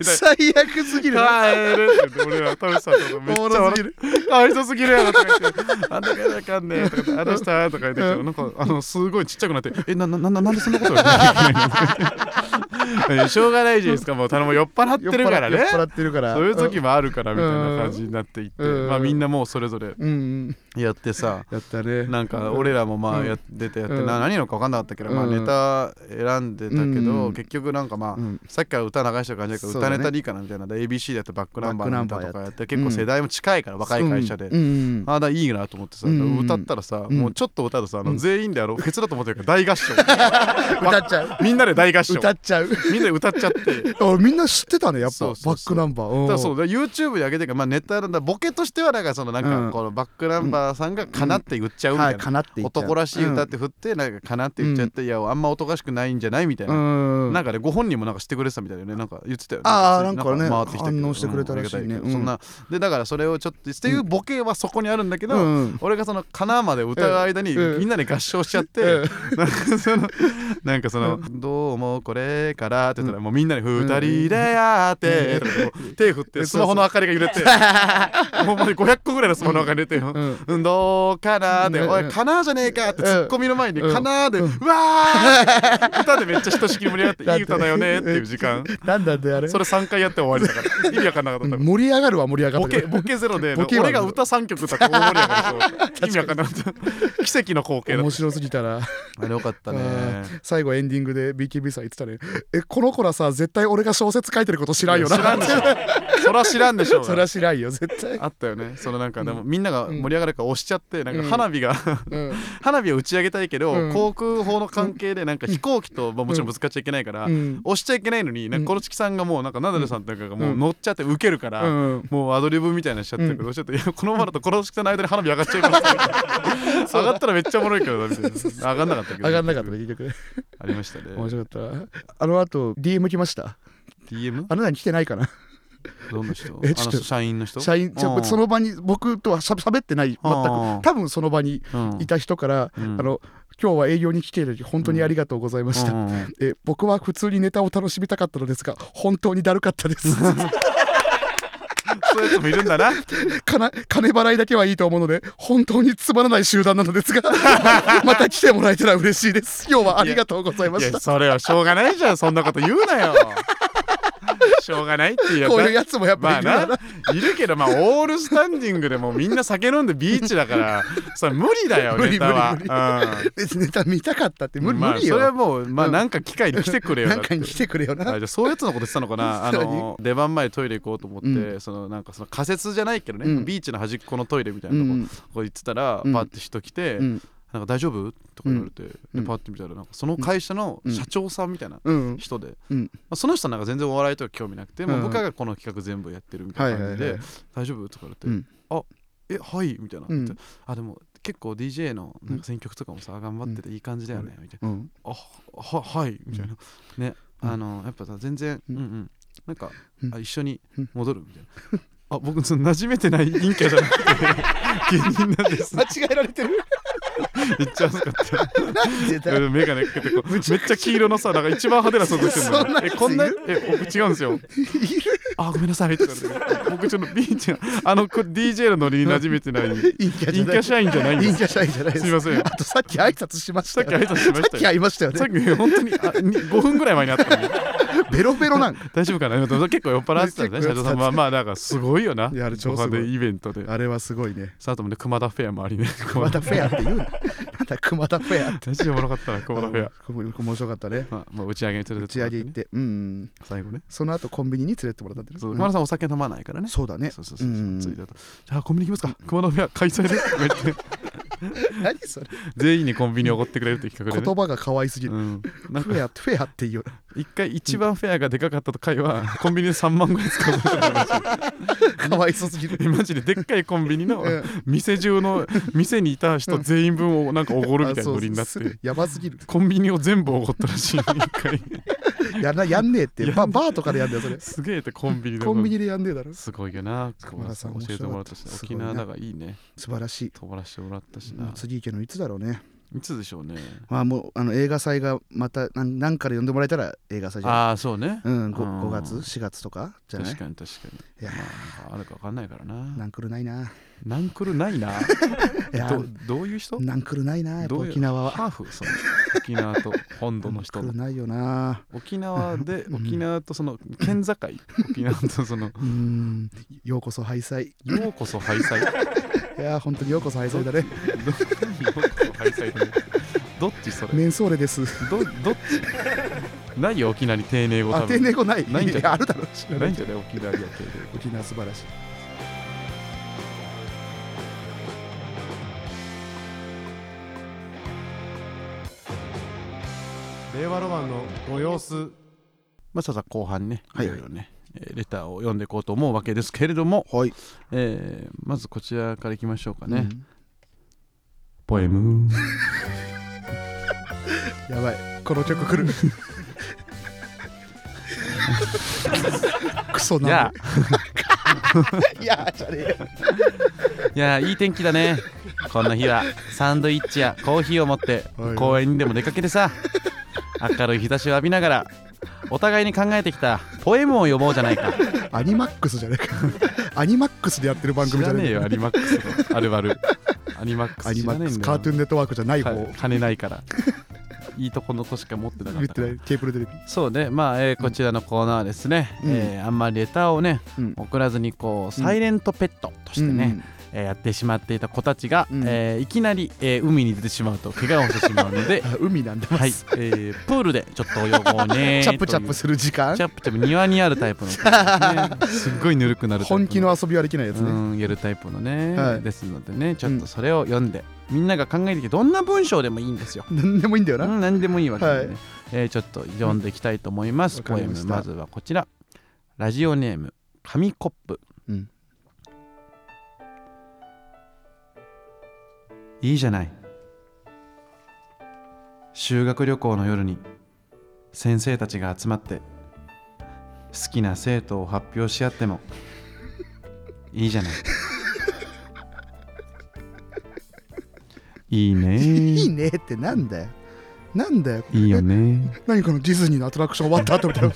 [SPEAKER 2] 最悪すぎる
[SPEAKER 1] かえれ」って言って俺は田渕さんとかめっちゃ笑って「かわいそうすぎるやろ」とか言って「あんたがあかんねえ」とか言って「あの人は」とか言ってなんかあのすごいちっちゃくなって「えななななんでそんなこと言わなきゃいけないの [laughs] しょうがないじゃないですかもう頼む酔っ払ってるから
[SPEAKER 2] 酔
[SPEAKER 1] ね
[SPEAKER 2] っ払ってるから
[SPEAKER 1] そういう時もあるからみたいな感じになっていって
[SPEAKER 2] うん
[SPEAKER 1] まあみんなもうそれぞれ
[SPEAKER 2] うんうん
[SPEAKER 1] やってさ
[SPEAKER 2] やったね
[SPEAKER 1] なんか俺らもまあやっててやって、
[SPEAKER 2] うん
[SPEAKER 1] な何やるか分かんなかったけど、まあ、
[SPEAKER 2] うん
[SPEAKER 1] ネタ選んでたけど、
[SPEAKER 2] うん
[SPEAKER 1] 結局なんかまあ、
[SPEAKER 2] うん
[SPEAKER 1] さっきから歌流してる感じだけど
[SPEAKER 2] そうだ
[SPEAKER 1] 歌
[SPEAKER 2] ね
[SPEAKER 1] ネタでいいかなみたいなで ABC だってバックナンバー
[SPEAKER 2] バ
[SPEAKER 1] の
[SPEAKER 2] ックナ
[SPEAKER 1] 歌
[SPEAKER 2] ンバ
[SPEAKER 1] とか
[SPEAKER 2] ーやって
[SPEAKER 1] やって結構世代も近いから、若い会社で。
[SPEAKER 2] うんうん
[SPEAKER 1] ああだいいなと思ってさ、
[SPEAKER 2] うんうん
[SPEAKER 1] 歌ったらさ、
[SPEAKER 2] ん
[SPEAKER 1] もうちょっと歌うとさあの、全員であのフェスだと思ってるから大合
[SPEAKER 2] [laughs]
[SPEAKER 1] 唱
[SPEAKER 2] 歌っちゃう
[SPEAKER 1] みんなで大合唱
[SPEAKER 2] 歌っちゃう
[SPEAKER 1] みんなで歌っちゃって
[SPEAKER 2] [laughs] あみんな知ってたねやっぱ
[SPEAKER 1] そ
[SPEAKER 2] バ
[SPEAKER 1] うそう
[SPEAKER 2] ッ
[SPEAKER 1] そ
[SPEAKER 2] ク
[SPEAKER 1] う
[SPEAKER 2] ナンバーうん
[SPEAKER 1] ただそうだ YouTube で上げてるから、まあ、ネタなんだボケとしてはなんかそのなん
[SPEAKER 2] う
[SPEAKER 1] か
[SPEAKER 2] ん
[SPEAKER 1] このバックナンバーさんがかなって言っちゃうみた
[SPEAKER 2] はいい
[SPEAKER 1] な
[SPEAKER 2] かなって言っちゃう
[SPEAKER 1] 男らしい歌って振ってなんかかなって言っちゃって、いやあんま男らしくないんじゃないみたいうな、
[SPEAKER 2] んうん
[SPEAKER 1] なんかねご本人もなんかしてくれてたみたいだよねなんか言ってたよね
[SPEAKER 2] あーなんかね
[SPEAKER 1] 回ってきたけど
[SPEAKER 2] 反応してくれたらしいね
[SPEAKER 1] うんありがたけど
[SPEAKER 2] うん
[SPEAKER 1] そんなでだからそれをちょっとっていうボケはそこにあるんだけど、
[SPEAKER 2] うんうん
[SPEAKER 1] 俺がその「かな」まで歌う間に
[SPEAKER 2] うん
[SPEAKER 1] みんなで合唱しちゃって、
[SPEAKER 2] うん
[SPEAKER 1] なんかその「なんかそのどうもこれから」って言ったらもうみんなで「二人でやって」とかこう手振ってスマホの明かりが揺れてほんまに500個ぐらいのスマホの明かり揺れてよ
[SPEAKER 2] ん
[SPEAKER 1] 「うんどうかな」で「
[SPEAKER 2] うん
[SPEAKER 1] おいかなじゃねえか」ってツッコミの前に「
[SPEAKER 2] うん
[SPEAKER 1] かな」で「うわー!」歌でめっちゃひとしきり盛り上がって「いい歌だよね」っていう時間
[SPEAKER 2] [laughs] なんだってあれ
[SPEAKER 1] それ3回やって終わりだ
[SPEAKER 2] [laughs]
[SPEAKER 1] から意味わかんなかった多分
[SPEAKER 2] 盛り上がるは盛り上がる
[SPEAKER 1] ボケボケゼロで
[SPEAKER 2] ボケは
[SPEAKER 1] 俺が歌3曲だから大盛り
[SPEAKER 2] [laughs]
[SPEAKER 1] 上がりそう意味わかんなかった奇跡の光景だっ
[SPEAKER 2] 面白すぎたら
[SPEAKER 1] たあれよかった
[SPEAKER 2] うん最後エンディングで BKB さん言ってたねえこの子らさ絶対俺が小説書いてること知らんよ
[SPEAKER 1] 知ら
[SPEAKER 2] なん
[SPEAKER 1] でしょそら知らんでしょうが
[SPEAKER 2] そりゃ知らんよ絶対
[SPEAKER 1] あったよねそのなんかでもみんなが盛り上がるから押しちゃってなんか花火が
[SPEAKER 2] うん
[SPEAKER 1] 花火を打ち上げたいけど
[SPEAKER 2] うん
[SPEAKER 1] 航空法の関係でなんか飛行機とまあもちろんぶつかっちゃいけないから
[SPEAKER 2] うん
[SPEAKER 1] 押しちゃいけないのになんかコロチキさんがもうなんかナダルさんとかがもう乗っちゃって受けるから
[SPEAKER 2] うん
[SPEAKER 1] もうアドリブみたいなのしちゃってるけど、ちょっといやこのままだとこの下の間に花火上がっちゃいます
[SPEAKER 2] [laughs]
[SPEAKER 1] 上がったらめっちゃおもろいけどなみたいな上がんなかったけど
[SPEAKER 2] 上がんなかったね結局
[SPEAKER 1] ありました
[SPEAKER 2] 面
[SPEAKER 1] ね
[SPEAKER 2] 白かったなあの後 DM 来ました
[SPEAKER 1] DM?
[SPEAKER 2] あなたに来てないかな
[SPEAKER 1] どんな人
[SPEAKER 2] えちょっと
[SPEAKER 1] あの社員の人
[SPEAKER 2] 社員ちょ
[SPEAKER 1] うん
[SPEAKER 2] その場に僕とはしゃ喋ってない全く
[SPEAKER 1] あ
[SPEAKER 2] 多
[SPEAKER 1] ー
[SPEAKER 2] 分その場に
[SPEAKER 1] うん
[SPEAKER 2] いた人から「あ
[SPEAKER 1] うん
[SPEAKER 2] の今日は営業に来ていただき本当にありがとうございました」
[SPEAKER 1] うんうん
[SPEAKER 2] え僕は普通にネタを楽しみたかったのですが本当にだるかったです
[SPEAKER 1] そういうやつもいるんだな
[SPEAKER 2] 金金払いだけはいいと思うので本当につまらない集団なのですがまた来てもらえたら嬉しいです今日はありがとうございま
[SPEAKER 1] い
[SPEAKER 2] した
[SPEAKER 1] やそれはしょうがないじゃんそんなこと言うなよしょうがないっていうやつ
[SPEAKER 2] こういうやつもやっ
[SPEAKER 1] まあ
[SPEAKER 2] ぱいるよな
[SPEAKER 1] ないるけどまあオールスタンディングでもうみんな酒飲んでビーチだからそれ無理だよ
[SPEAKER 2] 無
[SPEAKER 1] ネ
[SPEAKER 2] 理
[SPEAKER 1] タは
[SPEAKER 2] 無理無別にネタ見たかったって
[SPEAKER 1] う
[SPEAKER 2] 無
[SPEAKER 1] ん
[SPEAKER 2] 理
[SPEAKER 1] ま
[SPEAKER 2] 無
[SPEAKER 1] あ
[SPEAKER 2] 理
[SPEAKER 1] それは
[SPEAKER 2] よ
[SPEAKER 1] もうまあ
[SPEAKER 2] うん
[SPEAKER 1] なんか機会に来てくれよ
[SPEAKER 2] な
[SPEAKER 1] だっ
[SPEAKER 2] ん
[SPEAKER 1] て
[SPEAKER 2] かに来てくれよ
[SPEAKER 1] あ
[SPEAKER 2] な
[SPEAKER 1] じゃあそういうやつのこと言ってたのか
[SPEAKER 2] [laughs]
[SPEAKER 1] なあ
[SPEAKER 2] 何
[SPEAKER 1] の出番前トイレ行こうと思って、
[SPEAKER 2] う
[SPEAKER 1] そのなんかその仮設じゃないけどね、
[SPEAKER 2] うん
[SPEAKER 1] ビーチの端っこのトイレみたいうなとこ,、
[SPEAKER 2] ん
[SPEAKER 1] こう行ってたら、
[SPEAKER 2] うん
[SPEAKER 1] パッて人来て、
[SPEAKER 2] うん
[SPEAKER 1] なんか大丈夫とか言われて、
[SPEAKER 2] うん
[SPEAKER 1] でパッて見たらなんかその会社の社長さんみたいな
[SPEAKER 2] うん
[SPEAKER 1] 人で、
[SPEAKER 2] うん
[SPEAKER 1] まあ、その人なんか全然お笑いとか興味なくて、もう
[SPEAKER 2] うん
[SPEAKER 1] 部下がこの企画全部やってるみた
[SPEAKER 2] はいい
[SPEAKER 1] な
[SPEAKER 2] は
[SPEAKER 1] 感
[SPEAKER 2] い
[SPEAKER 1] じで「
[SPEAKER 2] はい
[SPEAKER 1] 大丈夫?」とか言われて「
[SPEAKER 2] うん
[SPEAKER 1] あえはい」みたいな、
[SPEAKER 2] うん
[SPEAKER 1] あでも結構 DJ のなんか選曲とかもさ頑張ってていい感じだよね」みたいな。
[SPEAKER 2] うん
[SPEAKER 1] あははいみたいな、ね
[SPEAKER 2] うん
[SPEAKER 1] あのやっぱさ全然、う、
[SPEAKER 2] うんん
[SPEAKER 1] うんなんか、
[SPEAKER 2] うん
[SPEAKER 1] あ一緒に
[SPEAKER 2] うん
[SPEAKER 1] 戻るみたいな、あ僕その馴染めてない陰キャじゃなくて芸
[SPEAKER 2] [laughs]
[SPEAKER 1] 人なんです
[SPEAKER 2] 間違えられてる
[SPEAKER 1] 言っちゃうかった
[SPEAKER 2] なんでだよ
[SPEAKER 1] 眼鏡かけてこうめっちゃ黄色のさなんか一番派手な外してる
[SPEAKER 2] そん
[SPEAKER 1] の
[SPEAKER 2] な
[SPEAKER 1] え
[SPEAKER 2] やつ
[SPEAKER 1] こんない
[SPEAKER 2] る
[SPEAKER 1] え僕違うんですよあごめんなさいとか言って僕ちょっとビーチのあのこ DJ のノリに馴染めてない陰
[SPEAKER 2] 陰キ
[SPEAKER 1] キ
[SPEAKER 2] ャじゃない
[SPEAKER 1] ャ社員じゃないんで
[SPEAKER 2] 陰
[SPEAKER 1] す
[SPEAKER 2] キャ社員じゃないです
[SPEAKER 1] すいません
[SPEAKER 2] あとさっき挨拶しまし
[SPEAKER 1] さ
[SPEAKER 2] た
[SPEAKER 1] っき
[SPEAKER 2] よ
[SPEAKER 1] 挨
[SPEAKER 2] ね
[SPEAKER 1] 拶しまし
[SPEAKER 2] さったき
[SPEAKER 1] よ
[SPEAKER 2] 会いましたよ
[SPEAKER 1] さ
[SPEAKER 2] ね
[SPEAKER 1] っき本当にあに5分ぐらい前にあったのに
[SPEAKER 2] ベロベロなんか
[SPEAKER 1] 大丈夫かな [laughs] 今結構酔っ払ってたんだね
[SPEAKER 2] 結
[SPEAKER 1] 社
[SPEAKER 2] 構
[SPEAKER 1] 長さんまあまあだからすごいよない
[SPEAKER 2] やあれ超すごい
[SPEAKER 1] ドカでイベントで
[SPEAKER 2] あれはすごいね
[SPEAKER 1] さあともね熊田フェアもあり
[SPEAKER 2] [laughs]
[SPEAKER 1] ね
[SPEAKER 2] 熊田フェアって言うななんだ熊田フェアって
[SPEAKER 1] マジでおもろかった
[SPEAKER 2] [laughs]
[SPEAKER 1] な熊田フェア
[SPEAKER 2] 面白かったね
[SPEAKER 1] まあ、まあ、打ち上げに連れ
[SPEAKER 2] 打
[SPEAKER 1] て
[SPEAKER 2] ち上げ行ってうん
[SPEAKER 1] 最後ね
[SPEAKER 2] その後コンビニに連れてってもらったんだよね
[SPEAKER 1] そう
[SPEAKER 2] うん
[SPEAKER 1] 熊田さんお酒飲まないからね
[SPEAKER 2] そうだね
[SPEAKER 1] そうそうそう
[SPEAKER 2] う
[SPEAKER 1] そうんついたとじゃあコンビニ行きますか熊田フェア開催ですとか
[SPEAKER 2] [laughs]
[SPEAKER 1] 言って
[SPEAKER 2] 何それ
[SPEAKER 1] 全員にコンビニおごってくれるって企画でね
[SPEAKER 2] 言葉が可愛すぎる
[SPEAKER 1] うん、なん
[SPEAKER 2] フ
[SPEAKER 1] か
[SPEAKER 2] ェアフェアって言うな
[SPEAKER 1] 一回一番フェアがでかかったと回はコンビニで3万ぐらい使うことになりました
[SPEAKER 2] 可愛すぎる
[SPEAKER 1] えマジででっかいコンビニの
[SPEAKER 2] うん
[SPEAKER 1] 店中の店にいた人全員分をなんかおごるみたいな
[SPEAKER 2] あそう
[SPEAKER 1] ノリになって
[SPEAKER 2] やばすぎる
[SPEAKER 1] コンビニを全部おごったらしい一回
[SPEAKER 2] やなやんねえって
[SPEAKER 1] やん
[SPEAKER 2] ババーとかでやんだよそれ
[SPEAKER 1] すげえってコンビニで
[SPEAKER 2] コンビニでやんねえだろ素
[SPEAKER 1] すごいよな小
[SPEAKER 2] 熊
[SPEAKER 1] 原
[SPEAKER 2] 田
[SPEAKER 1] さ
[SPEAKER 2] さ
[SPEAKER 1] ん
[SPEAKER 2] ん
[SPEAKER 1] 教えてもらったし
[SPEAKER 2] 面白かった
[SPEAKER 1] 沖縄だがいいね
[SPEAKER 2] 晴らしい
[SPEAKER 1] 泊まらせてもらったし
[SPEAKER 2] も
[SPEAKER 1] な
[SPEAKER 2] う次行けるのいつだろうね
[SPEAKER 1] いつでしょうね
[SPEAKER 2] まあもうあの映画祭がまたなんなんかで呼んでもらえたら映画祭じゃん
[SPEAKER 1] ああそうね
[SPEAKER 2] うんご
[SPEAKER 1] うん
[SPEAKER 2] 5月4月とかじゃない
[SPEAKER 1] 確かに確か
[SPEAKER 2] い
[SPEAKER 1] に
[SPEAKER 2] や
[SPEAKER 1] まあなんかあるか分かんないからな
[SPEAKER 2] なんくるないな
[SPEAKER 1] なんくるないな
[SPEAKER 2] いや
[SPEAKER 1] どどういう人
[SPEAKER 2] なんくるないなやっぱ
[SPEAKER 1] どういう
[SPEAKER 2] 沖縄は
[SPEAKER 1] ハーフその沖縄と本土の人
[SPEAKER 2] なん
[SPEAKER 1] の
[SPEAKER 2] くるないよな
[SPEAKER 1] 沖縄で
[SPEAKER 2] うん
[SPEAKER 1] 沖縄とその県境沖縄とその
[SPEAKER 2] うーんようこそ敗祭
[SPEAKER 1] ようこそ敗
[SPEAKER 2] [laughs]
[SPEAKER 1] 災よ
[SPEAKER 2] いやー本当にようこそ敗祭だね
[SPEAKER 1] うこそ敗災だねどっちそれ
[SPEAKER 2] メンソーレです
[SPEAKER 1] どどっちないよ沖縄に丁寧語
[SPEAKER 2] あ
[SPEAKER 1] 多
[SPEAKER 2] 丁
[SPEAKER 1] 分
[SPEAKER 2] 寧語ない
[SPEAKER 1] ないんじゃない
[SPEAKER 2] やあるだろ知ら
[SPEAKER 1] な
[SPEAKER 2] ないい
[SPEAKER 1] んじゃない沖縄には丁寧語
[SPEAKER 2] 沖縄素晴らしい
[SPEAKER 3] 令和ロマンのご様子
[SPEAKER 1] まあさあさあ後半ね
[SPEAKER 2] はいい
[SPEAKER 1] ろいろねえーレターを読んでいこうと思うわけですけれども、
[SPEAKER 2] はい
[SPEAKER 1] えーまずこちらからいきましょうかね、
[SPEAKER 2] ね
[SPEAKER 1] ポエム
[SPEAKER 2] やばいこの
[SPEAKER 1] [laughs]
[SPEAKER 2] 曲来るクソ
[SPEAKER 1] いや
[SPEAKER 2] なのいやじゃねえよ
[SPEAKER 1] いやーいい天気だねこんな日はサンドイッチやコーヒーを持って
[SPEAKER 2] はいはい
[SPEAKER 1] 公園にでも出かけてさ明るい日差しを浴びながらお互いに考えてきたポエムを読もうじゃないか
[SPEAKER 2] アニマックスじゃね
[SPEAKER 1] [laughs]
[SPEAKER 2] えかアニマックスでやってる番
[SPEAKER 1] 知
[SPEAKER 2] 組じ
[SPEAKER 1] ら
[SPEAKER 2] ゃ
[SPEAKER 1] ねえ
[SPEAKER 2] ねえ
[SPEAKER 1] よアニマックスのあるあ
[SPEAKER 2] [laughs]
[SPEAKER 1] るアニマック
[SPEAKER 2] ア
[SPEAKER 1] ス
[SPEAKER 2] ニ
[SPEAKER 1] 知
[SPEAKER 2] マ
[SPEAKER 1] らね
[SPEAKER 2] ッ
[SPEAKER 1] えん
[SPEAKER 2] クス
[SPEAKER 1] だ
[SPEAKER 2] カー
[SPEAKER 1] よ
[SPEAKER 2] トゥーンネットワークじゃない方
[SPEAKER 1] か金ないからいいとこの子しか持ってなか
[SPEAKER 2] 言
[SPEAKER 1] っ
[SPEAKER 2] った
[SPEAKER 1] か
[SPEAKER 2] て
[SPEAKER 1] ら
[SPEAKER 2] ないケーブルテレビ
[SPEAKER 1] そうねまあ、えーこちらのコーナーはですね、
[SPEAKER 2] うん
[SPEAKER 1] えーあんまりレターをね、
[SPEAKER 2] うん
[SPEAKER 1] 送らずにこう
[SPEAKER 2] うん
[SPEAKER 1] サイレントペットとしてね、えーやってしまっていた子たちが、
[SPEAKER 2] うん
[SPEAKER 1] えーいきなり、えー海に出てしまうと怪我をしてしまう
[SPEAKER 2] [laughs]
[SPEAKER 1] ので
[SPEAKER 2] うんあ海なんだ
[SPEAKER 1] はい、えー、プールでちょっと泳ごうね
[SPEAKER 2] チャップチャップ
[SPEAKER 1] と
[SPEAKER 2] する時
[SPEAKER 1] いう
[SPEAKER 2] 間
[SPEAKER 1] チャップチャップ庭にあるタイプの、
[SPEAKER 2] [laughs]
[SPEAKER 1] ね、すっごいぬるくなるタイプ
[SPEAKER 2] 本気の遊びはできないやつ
[SPEAKER 1] う
[SPEAKER 2] ね
[SPEAKER 1] んやるタイプのね、
[SPEAKER 2] はい
[SPEAKER 1] ですのでねちょっとそれを読んで、みんなが考えてきてどんな文章でもいいんですよ、
[SPEAKER 2] 何でもいいんだよ
[SPEAKER 1] う、
[SPEAKER 2] なん
[SPEAKER 1] 何でもいいわけで、ね
[SPEAKER 2] はい
[SPEAKER 1] えーちょっと読んでいきたいと思います、
[SPEAKER 2] うん
[SPEAKER 1] ポエ
[SPEAKER 2] わかりま
[SPEAKER 1] ム
[SPEAKER 2] した
[SPEAKER 1] まずはこちらラジオネーム紙コップ、
[SPEAKER 2] うん
[SPEAKER 1] いいじゃない修学旅行の夜に先生たちが集まって好きな生徒を発表し合ってもいいじゃないいいね
[SPEAKER 2] いいねってなんだよなんだよ
[SPEAKER 1] いいよね。
[SPEAKER 2] 何このディズニーのアトラクション終わった後み
[SPEAKER 1] [laughs]
[SPEAKER 2] たいな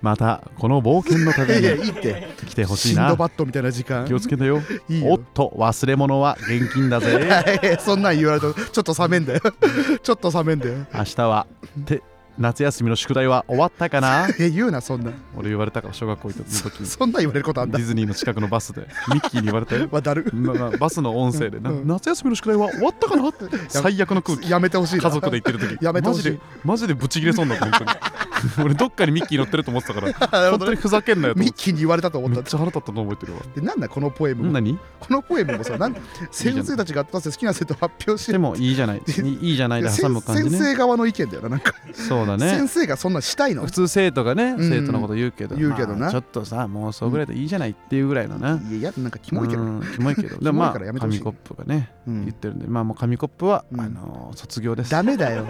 [SPEAKER 1] またこの冒険の旅
[SPEAKER 2] いやい
[SPEAKER 1] に
[SPEAKER 2] やいいって
[SPEAKER 1] 来てほし
[SPEAKER 2] シ
[SPEAKER 1] い
[SPEAKER 2] ンド
[SPEAKER 1] な。
[SPEAKER 2] バッドみたいな時間
[SPEAKER 1] 気をつけてよ。
[SPEAKER 2] いいよ
[SPEAKER 1] おっと忘れ物は現金だぜ。
[SPEAKER 2] [laughs] いやいやそんなん言われるとちょっと冷めんだよちょっと冷めんだよ
[SPEAKER 1] 明日はて夏休みの宿題は終わったかな
[SPEAKER 2] え言うなそんな
[SPEAKER 1] 俺言われたから小学校行った時に
[SPEAKER 2] そんな言われることあん
[SPEAKER 1] デ
[SPEAKER 2] だ
[SPEAKER 1] ィズニーの近くのバスでミッキーに言われたよ
[SPEAKER 2] わだる
[SPEAKER 1] ななバスの音声で、な
[SPEAKER 2] うん
[SPEAKER 1] 夏休みの宿題は終わったかなって最悪の空気
[SPEAKER 2] やめてほしいな
[SPEAKER 1] 家族で行ってる時
[SPEAKER 2] やめて
[SPEAKER 1] マ
[SPEAKER 2] ほ
[SPEAKER 1] ジ
[SPEAKER 2] しい
[SPEAKER 1] でマジでブチ切れそうになった本当に [laughs] 俺どっかにミッキー乗ってると思ってた
[SPEAKER 2] [laughs]
[SPEAKER 1] から
[SPEAKER 2] なるほ
[SPEAKER 1] 本
[SPEAKER 2] ど
[SPEAKER 1] 当にふざけんなよと
[SPEAKER 2] ミ
[SPEAKER 1] 思っ
[SPEAKER 2] ッ
[SPEAKER 1] て
[SPEAKER 2] キーに言われたと思っ
[SPEAKER 1] め
[SPEAKER 2] た
[SPEAKER 1] っちゃ腹立ったの覚えてるわ
[SPEAKER 2] でなんだこのポエムも
[SPEAKER 1] 何
[SPEAKER 2] このポエムもさなん先生たちが出せ好きな生徒発表し
[SPEAKER 1] で
[SPEAKER 2] て [laughs]
[SPEAKER 1] もいいじゃないいいいじゃないで挟む感
[SPEAKER 2] 先
[SPEAKER 1] じね
[SPEAKER 2] 生側の意見だよななんか
[SPEAKER 1] そうだね
[SPEAKER 2] 先生がそんなんしたいの
[SPEAKER 1] 普通生徒がね、
[SPEAKER 2] ん
[SPEAKER 1] 生徒のこと言うけど
[SPEAKER 2] 言うけどな
[SPEAKER 1] まあちょっとさ妄想ぐらいでいいじゃないっていうぐらいのな、
[SPEAKER 2] いやいやなんかキモいけど
[SPEAKER 1] うんキモいけど
[SPEAKER 2] キ
[SPEAKER 1] でも
[SPEAKER 2] モい
[SPEAKER 1] まあ
[SPEAKER 2] からやめてほし
[SPEAKER 1] 紙
[SPEAKER 2] い
[SPEAKER 1] コップがね、
[SPEAKER 2] うん
[SPEAKER 1] 言ってるんでまあもう紙コップは、
[SPEAKER 2] うん
[SPEAKER 1] あのー卒業です
[SPEAKER 2] ダメだよ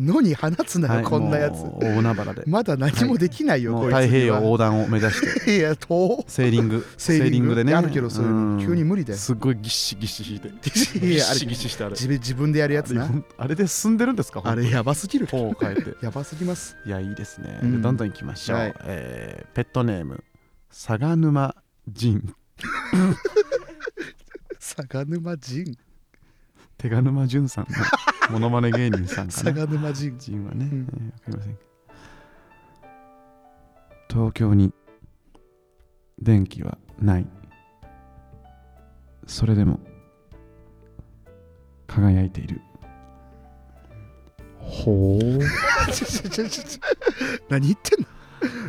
[SPEAKER 2] 野に放つな
[SPEAKER 1] は
[SPEAKER 2] よ
[SPEAKER 1] い
[SPEAKER 2] こんなやつ
[SPEAKER 1] もう大海原で
[SPEAKER 2] まだ何もできないよ
[SPEAKER 1] もう
[SPEAKER 2] こいつには
[SPEAKER 1] 太平洋横断を目指して
[SPEAKER 2] [laughs] いや遠っ
[SPEAKER 1] セーリング
[SPEAKER 2] セーリング
[SPEAKER 1] でね
[SPEAKER 2] あるけどそういうの
[SPEAKER 1] ん
[SPEAKER 2] 急に無理だよ
[SPEAKER 1] すごいぎっしぎっし引いて
[SPEAKER 2] い
[SPEAKER 1] ぎっ
[SPEAKER 2] やあれ
[SPEAKER 1] しぎっししてあれ
[SPEAKER 2] 自分自分でやるやつな
[SPEAKER 1] あれで進んでるんですか
[SPEAKER 2] あれやばすぎる
[SPEAKER 1] 本当に塔を変えて
[SPEAKER 2] やばすぎます [laughs]
[SPEAKER 1] いやいいですね、
[SPEAKER 2] うん
[SPEAKER 1] でどんどん行きましょう、
[SPEAKER 2] はい
[SPEAKER 1] えーペットネーム相沼仁
[SPEAKER 2] 坂沼仁
[SPEAKER 1] 手賀沼淳さんのモノマネ芸人さんかな
[SPEAKER 2] 坂沼仁
[SPEAKER 1] 人はね、
[SPEAKER 2] う
[SPEAKER 1] え
[SPEAKER 2] ん
[SPEAKER 1] ーわかりません東京に電気はないそれでも輝いているほう、
[SPEAKER 2] ちょちょちょちょちょ何言ってんの、
[SPEAKER 1] うん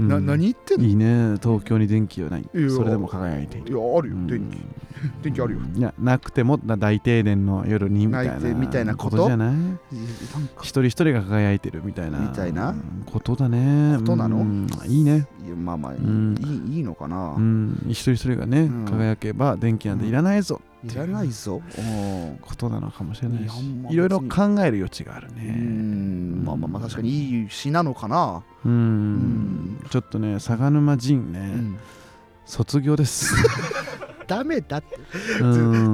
[SPEAKER 2] な何言ってんの
[SPEAKER 1] いいね東京に電気はない
[SPEAKER 2] いや
[SPEAKER 1] それでも輝いている
[SPEAKER 2] いやある
[SPEAKER 1] う
[SPEAKER 2] よ
[SPEAKER 1] ん
[SPEAKER 2] 電気、電気あるよ
[SPEAKER 1] いやなくてもな大停電の夜にみたいな
[SPEAKER 2] 大停みたいなこと
[SPEAKER 1] じゃない
[SPEAKER 2] いやなんか
[SPEAKER 1] 一人一人が輝いてるみたいな
[SPEAKER 2] みたいな
[SPEAKER 1] うんことだね
[SPEAKER 2] ことなの
[SPEAKER 1] うんいいね、
[SPEAKER 2] いやまあまあ、
[SPEAKER 1] ん
[SPEAKER 2] いいいいのかな、
[SPEAKER 1] うん、一人一人がね、
[SPEAKER 2] うん
[SPEAKER 1] 輝けば電気なんていらないぞ、
[SPEAKER 2] いらないぞうん
[SPEAKER 1] ことなのかもしれない
[SPEAKER 2] い
[SPEAKER 1] し
[SPEAKER 2] やまあ
[SPEAKER 1] いろいろ考える余地がある
[SPEAKER 2] う
[SPEAKER 1] ね
[SPEAKER 2] んまあまあまあ確かにいい詩なのかな、
[SPEAKER 1] うん
[SPEAKER 2] ん
[SPEAKER 1] ちょっとね相沼仁ね、
[SPEAKER 2] うん
[SPEAKER 1] 卒業です
[SPEAKER 2] [laughs] ダメだって
[SPEAKER 1] う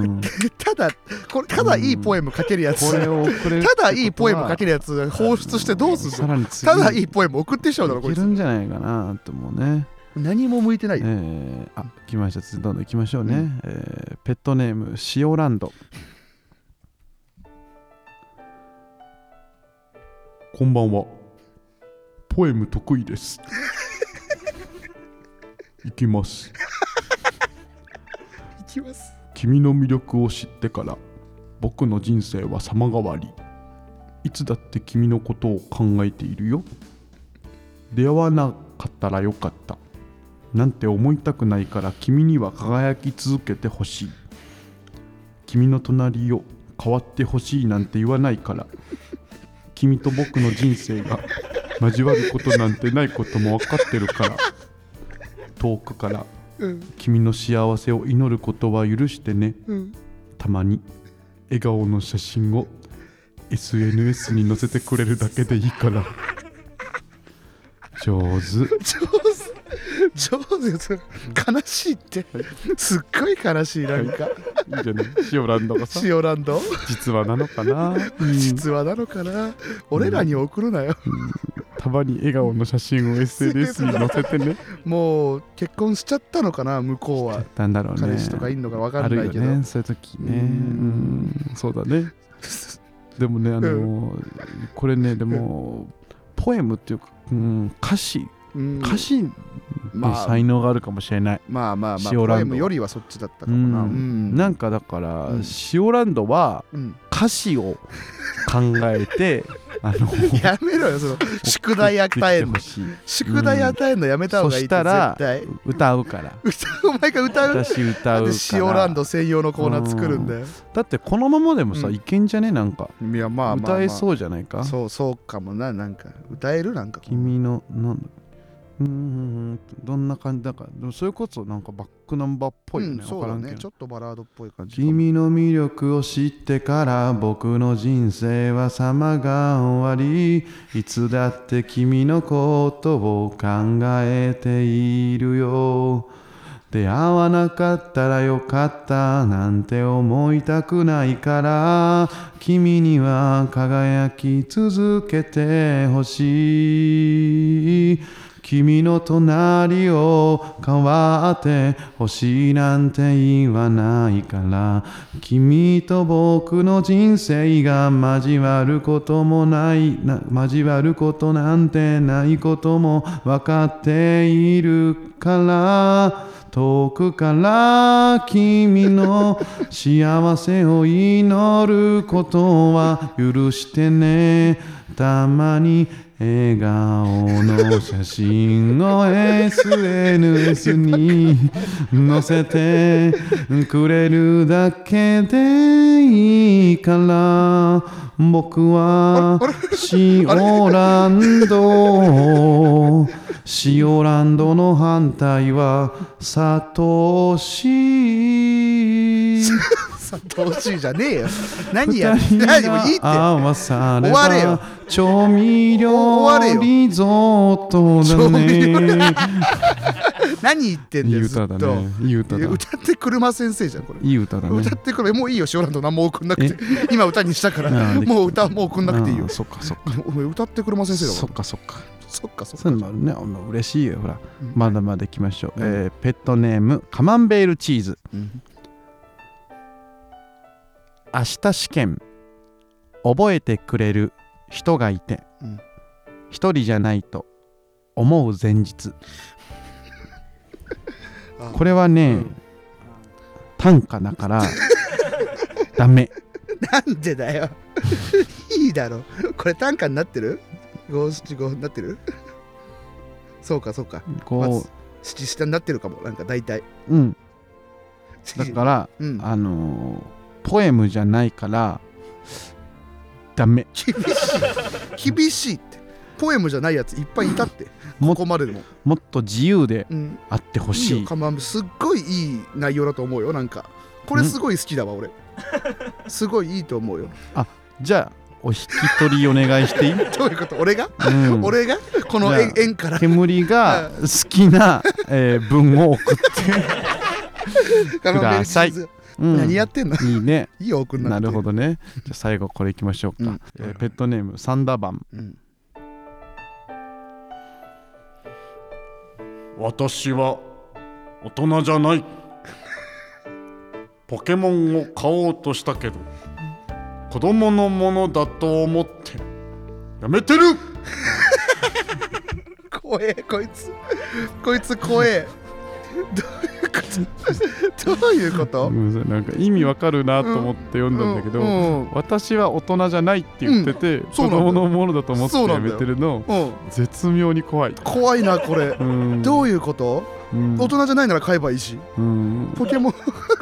[SPEAKER 1] ん
[SPEAKER 2] [laughs] ただこれただいいポエム書けるやつ
[SPEAKER 1] これを遅れる
[SPEAKER 2] [laughs] ただいいポエム書けるやつ放出してどうす
[SPEAKER 1] さ
[SPEAKER 2] るの
[SPEAKER 1] らに次
[SPEAKER 2] ただいいポエム送ってきちゃうだろこ
[SPEAKER 1] い
[SPEAKER 2] い
[SPEAKER 1] け
[SPEAKER 2] つ
[SPEAKER 1] るんじゃないかなと思うね
[SPEAKER 2] 何も向いてないよ、
[SPEAKER 1] えーあ来ました次どんどん行きましょうね、
[SPEAKER 2] うん
[SPEAKER 1] えーペットネームシオランドこんばんはポエム得意です行きます
[SPEAKER 2] いきます
[SPEAKER 1] 君の魅力を知ってから僕の人生は様変わりいつだって君のことを考えているよ出会わなかったらよかったなんて思いたくないから君には輝き続けてほしい君の隣を変わってほしいなんて言わないから君と僕の人生が交わることなんてないことも分かってるから遠くから君の幸せを祈ることは許してね、たまに笑顔の写真を SNS に載せてくれるだけでいいから上手
[SPEAKER 2] 上手です悲しいってすっごい悲しいなんか
[SPEAKER 1] いいじゃないシオランドがさ
[SPEAKER 2] シオランド
[SPEAKER 1] [laughs] 実はなのかな、うん
[SPEAKER 2] 実話なのかな俺らに送るなよ
[SPEAKER 1] たまに笑顔の写真を SNS に載せてね
[SPEAKER 2] もう結婚しちゃったのかな向こうは
[SPEAKER 1] なんだろうね
[SPEAKER 2] [laughs] 彼氏とかいんのか分か
[SPEAKER 1] あ
[SPEAKER 2] ん
[SPEAKER 1] る
[SPEAKER 2] な
[SPEAKER 1] よ
[SPEAKER 2] いけど、
[SPEAKER 1] ねそういう時ねうんそうだねでもねあのこれねでもポエムっていうか、うん、歌詞
[SPEAKER 2] うん
[SPEAKER 1] 歌詞に才能があるかもしれない、
[SPEAKER 2] まあまあまあ
[SPEAKER 1] シオ
[SPEAKER 2] ポ
[SPEAKER 1] ランド
[SPEAKER 2] エムよりはそっちだったかもな、
[SPEAKER 1] うん
[SPEAKER 2] うん
[SPEAKER 1] なんかだから、
[SPEAKER 2] うん
[SPEAKER 1] シオランドは
[SPEAKER 2] うん [laughs]
[SPEAKER 1] 歌詞を考えてあの
[SPEAKER 2] やめろよその宿題与え
[SPEAKER 1] 送
[SPEAKER 2] んの
[SPEAKER 1] ってきてほしい
[SPEAKER 2] 宿題与えんのやめた方がいいって
[SPEAKER 1] そした
[SPEAKER 2] 絶
[SPEAKER 1] ら
[SPEAKER 2] 対
[SPEAKER 1] 歌うから
[SPEAKER 2] 歌 [laughs] お前が歌う
[SPEAKER 1] 私歌う
[SPEAKER 2] で
[SPEAKER 1] から
[SPEAKER 2] シオランド専用のコーナー作るんだよ、
[SPEAKER 1] だってこのままでもさ、
[SPEAKER 2] うん
[SPEAKER 1] いけんじゃねなんか、
[SPEAKER 2] いやまあまあ、まあ、
[SPEAKER 1] 歌えそうじゃないか
[SPEAKER 2] そうそうかもななんか歌えるなんか
[SPEAKER 1] 君のなんだうんうんうんどんな感じだからでもそれこそなんかバックナンバーっぽいよね、
[SPEAKER 2] うん、そ
[SPEAKER 1] わ
[SPEAKER 2] う
[SPEAKER 1] か
[SPEAKER 2] だ
[SPEAKER 1] らんけ
[SPEAKER 2] ね
[SPEAKER 1] ど
[SPEAKER 2] ちょっとバラードっぽい感じ
[SPEAKER 1] 君の魅力を知ってから僕の人生は様が終わりいつだって君のことを考えているよ出会わなかったらよかったなんて思いたくないから君には輝き続けてほしい
[SPEAKER 3] 君の隣を変わって欲しいなんて言わないから君と僕の人生が交わることもないな交わることなんてないことも分かっているから遠くから君の幸せを祈ることは許してねたまに笑顔の写真を SNS に載せてくれるだけでいいから僕はシオラン
[SPEAKER 2] [laughs]
[SPEAKER 3] ドシオランドの反対はサトシ
[SPEAKER 2] さ楽しいじゃねえ
[SPEAKER 3] [laughs]
[SPEAKER 2] よ何や
[SPEAKER 3] 二
[SPEAKER 2] る
[SPEAKER 3] 人
[SPEAKER 2] 何もういいって
[SPEAKER 3] が合わされ
[SPEAKER 2] 終われよ
[SPEAKER 3] ば調味
[SPEAKER 2] 終われよ
[SPEAKER 3] 料リゾートだね
[SPEAKER 2] 何言ってんだよ
[SPEAKER 3] いい
[SPEAKER 2] ず
[SPEAKER 3] 歌
[SPEAKER 2] っ
[SPEAKER 3] だ
[SPEAKER 2] と
[SPEAKER 3] ねいい歌だ
[SPEAKER 2] いや歌って車先生じゃんこれ
[SPEAKER 3] いい歌だね
[SPEAKER 2] 歌ってくれもういいよシオランド何も送んなくて今歌にしたから
[SPEAKER 3] あー
[SPEAKER 2] もう歌もう送んなくていい
[SPEAKER 3] あ
[SPEAKER 2] よ
[SPEAKER 3] あそっかそっか
[SPEAKER 2] お前歌って車先生だ
[SPEAKER 3] そ
[SPEAKER 2] か
[SPEAKER 3] っかそっから
[SPEAKER 2] そっかそっか
[SPEAKER 3] そういうのもあるねまあ嬉しいよほら
[SPEAKER 2] うん
[SPEAKER 3] まだまだ行きましょ
[SPEAKER 2] う
[SPEAKER 3] う、
[SPEAKER 2] ん
[SPEAKER 3] えーペットネームカマンベールチーズ
[SPEAKER 2] うん
[SPEAKER 3] 明日試験覚えてくれる人がいて
[SPEAKER 2] うん
[SPEAKER 3] 一、人じゃないと思う前日
[SPEAKER 2] [laughs] あ
[SPEAKER 3] これはね、短歌だ
[SPEAKER 2] [laughs]
[SPEAKER 3] からダメ
[SPEAKER 2] なんでだよ [laughs] いいだろこれ短歌になってる五七五になってるそうかそうか
[SPEAKER 3] こ
[SPEAKER 2] 七下になってるかもなんか大体
[SPEAKER 3] ううんだから
[SPEAKER 2] うん
[SPEAKER 3] あのーポエムじゃないからダメ
[SPEAKER 2] [laughs] 厳しい厳しいってポエムじゃないやついっぱいいたって
[SPEAKER 3] も
[SPEAKER 2] ここまででも、
[SPEAKER 3] もっと自由で
[SPEAKER 2] うん、
[SPEAKER 3] あってほ
[SPEAKER 2] いい
[SPEAKER 3] しい
[SPEAKER 2] よカマンベすっごいいい内容だと思うよなんかこれすごい好きだわ
[SPEAKER 3] [laughs]
[SPEAKER 2] 俺すごいいいと思うよ
[SPEAKER 3] じゃあお引き取りお願いしてい [laughs] い、
[SPEAKER 2] どういうこと俺が、
[SPEAKER 3] うん
[SPEAKER 2] 俺がこの
[SPEAKER 3] じゃ
[SPEAKER 2] 円
[SPEAKER 3] あ
[SPEAKER 2] 円から
[SPEAKER 3] 煙が好きな、 [laughs] えー文を送って、
[SPEAKER 2] カマンベールチーズ
[SPEAKER 3] うん
[SPEAKER 2] 何やってんの
[SPEAKER 3] いいね
[SPEAKER 2] いいよ送んな
[SPEAKER 3] な
[SPEAKER 2] くて
[SPEAKER 3] るほどねじゃあ最後これいきましょうか、
[SPEAKER 2] うん
[SPEAKER 3] えーペットネームサンダーバン
[SPEAKER 2] うん
[SPEAKER 4] 私は大人じゃないポケモンを買おうとしたけど子供のものだと思ってやめてる
[SPEAKER 2] 怖えこいつこいつ怖えどういうことどういうこと
[SPEAKER 3] うんなんか意味わかるなと思って読んだんだけど、
[SPEAKER 2] うんうん
[SPEAKER 3] 私は大人じゃないって言ってて、
[SPEAKER 2] そう
[SPEAKER 3] 子
[SPEAKER 2] なんだよ
[SPEAKER 3] 供のものだと思って
[SPEAKER 2] そうな
[SPEAKER 3] や
[SPEAKER 2] んだ
[SPEAKER 3] め
[SPEAKER 2] よ
[SPEAKER 3] てるの
[SPEAKER 2] うん
[SPEAKER 3] 絶妙に怖い、
[SPEAKER 2] 怖いなこれ
[SPEAKER 3] うん、
[SPEAKER 2] ど
[SPEAKER 3] う、
[SPEAKER 2] ういうこと
[SPEAKER 3] ん
[SPEAKER 2] 大人じゃないなら買えばいいし
[SPEAKER 3] うん、
[SPEAKER 2] ポケモン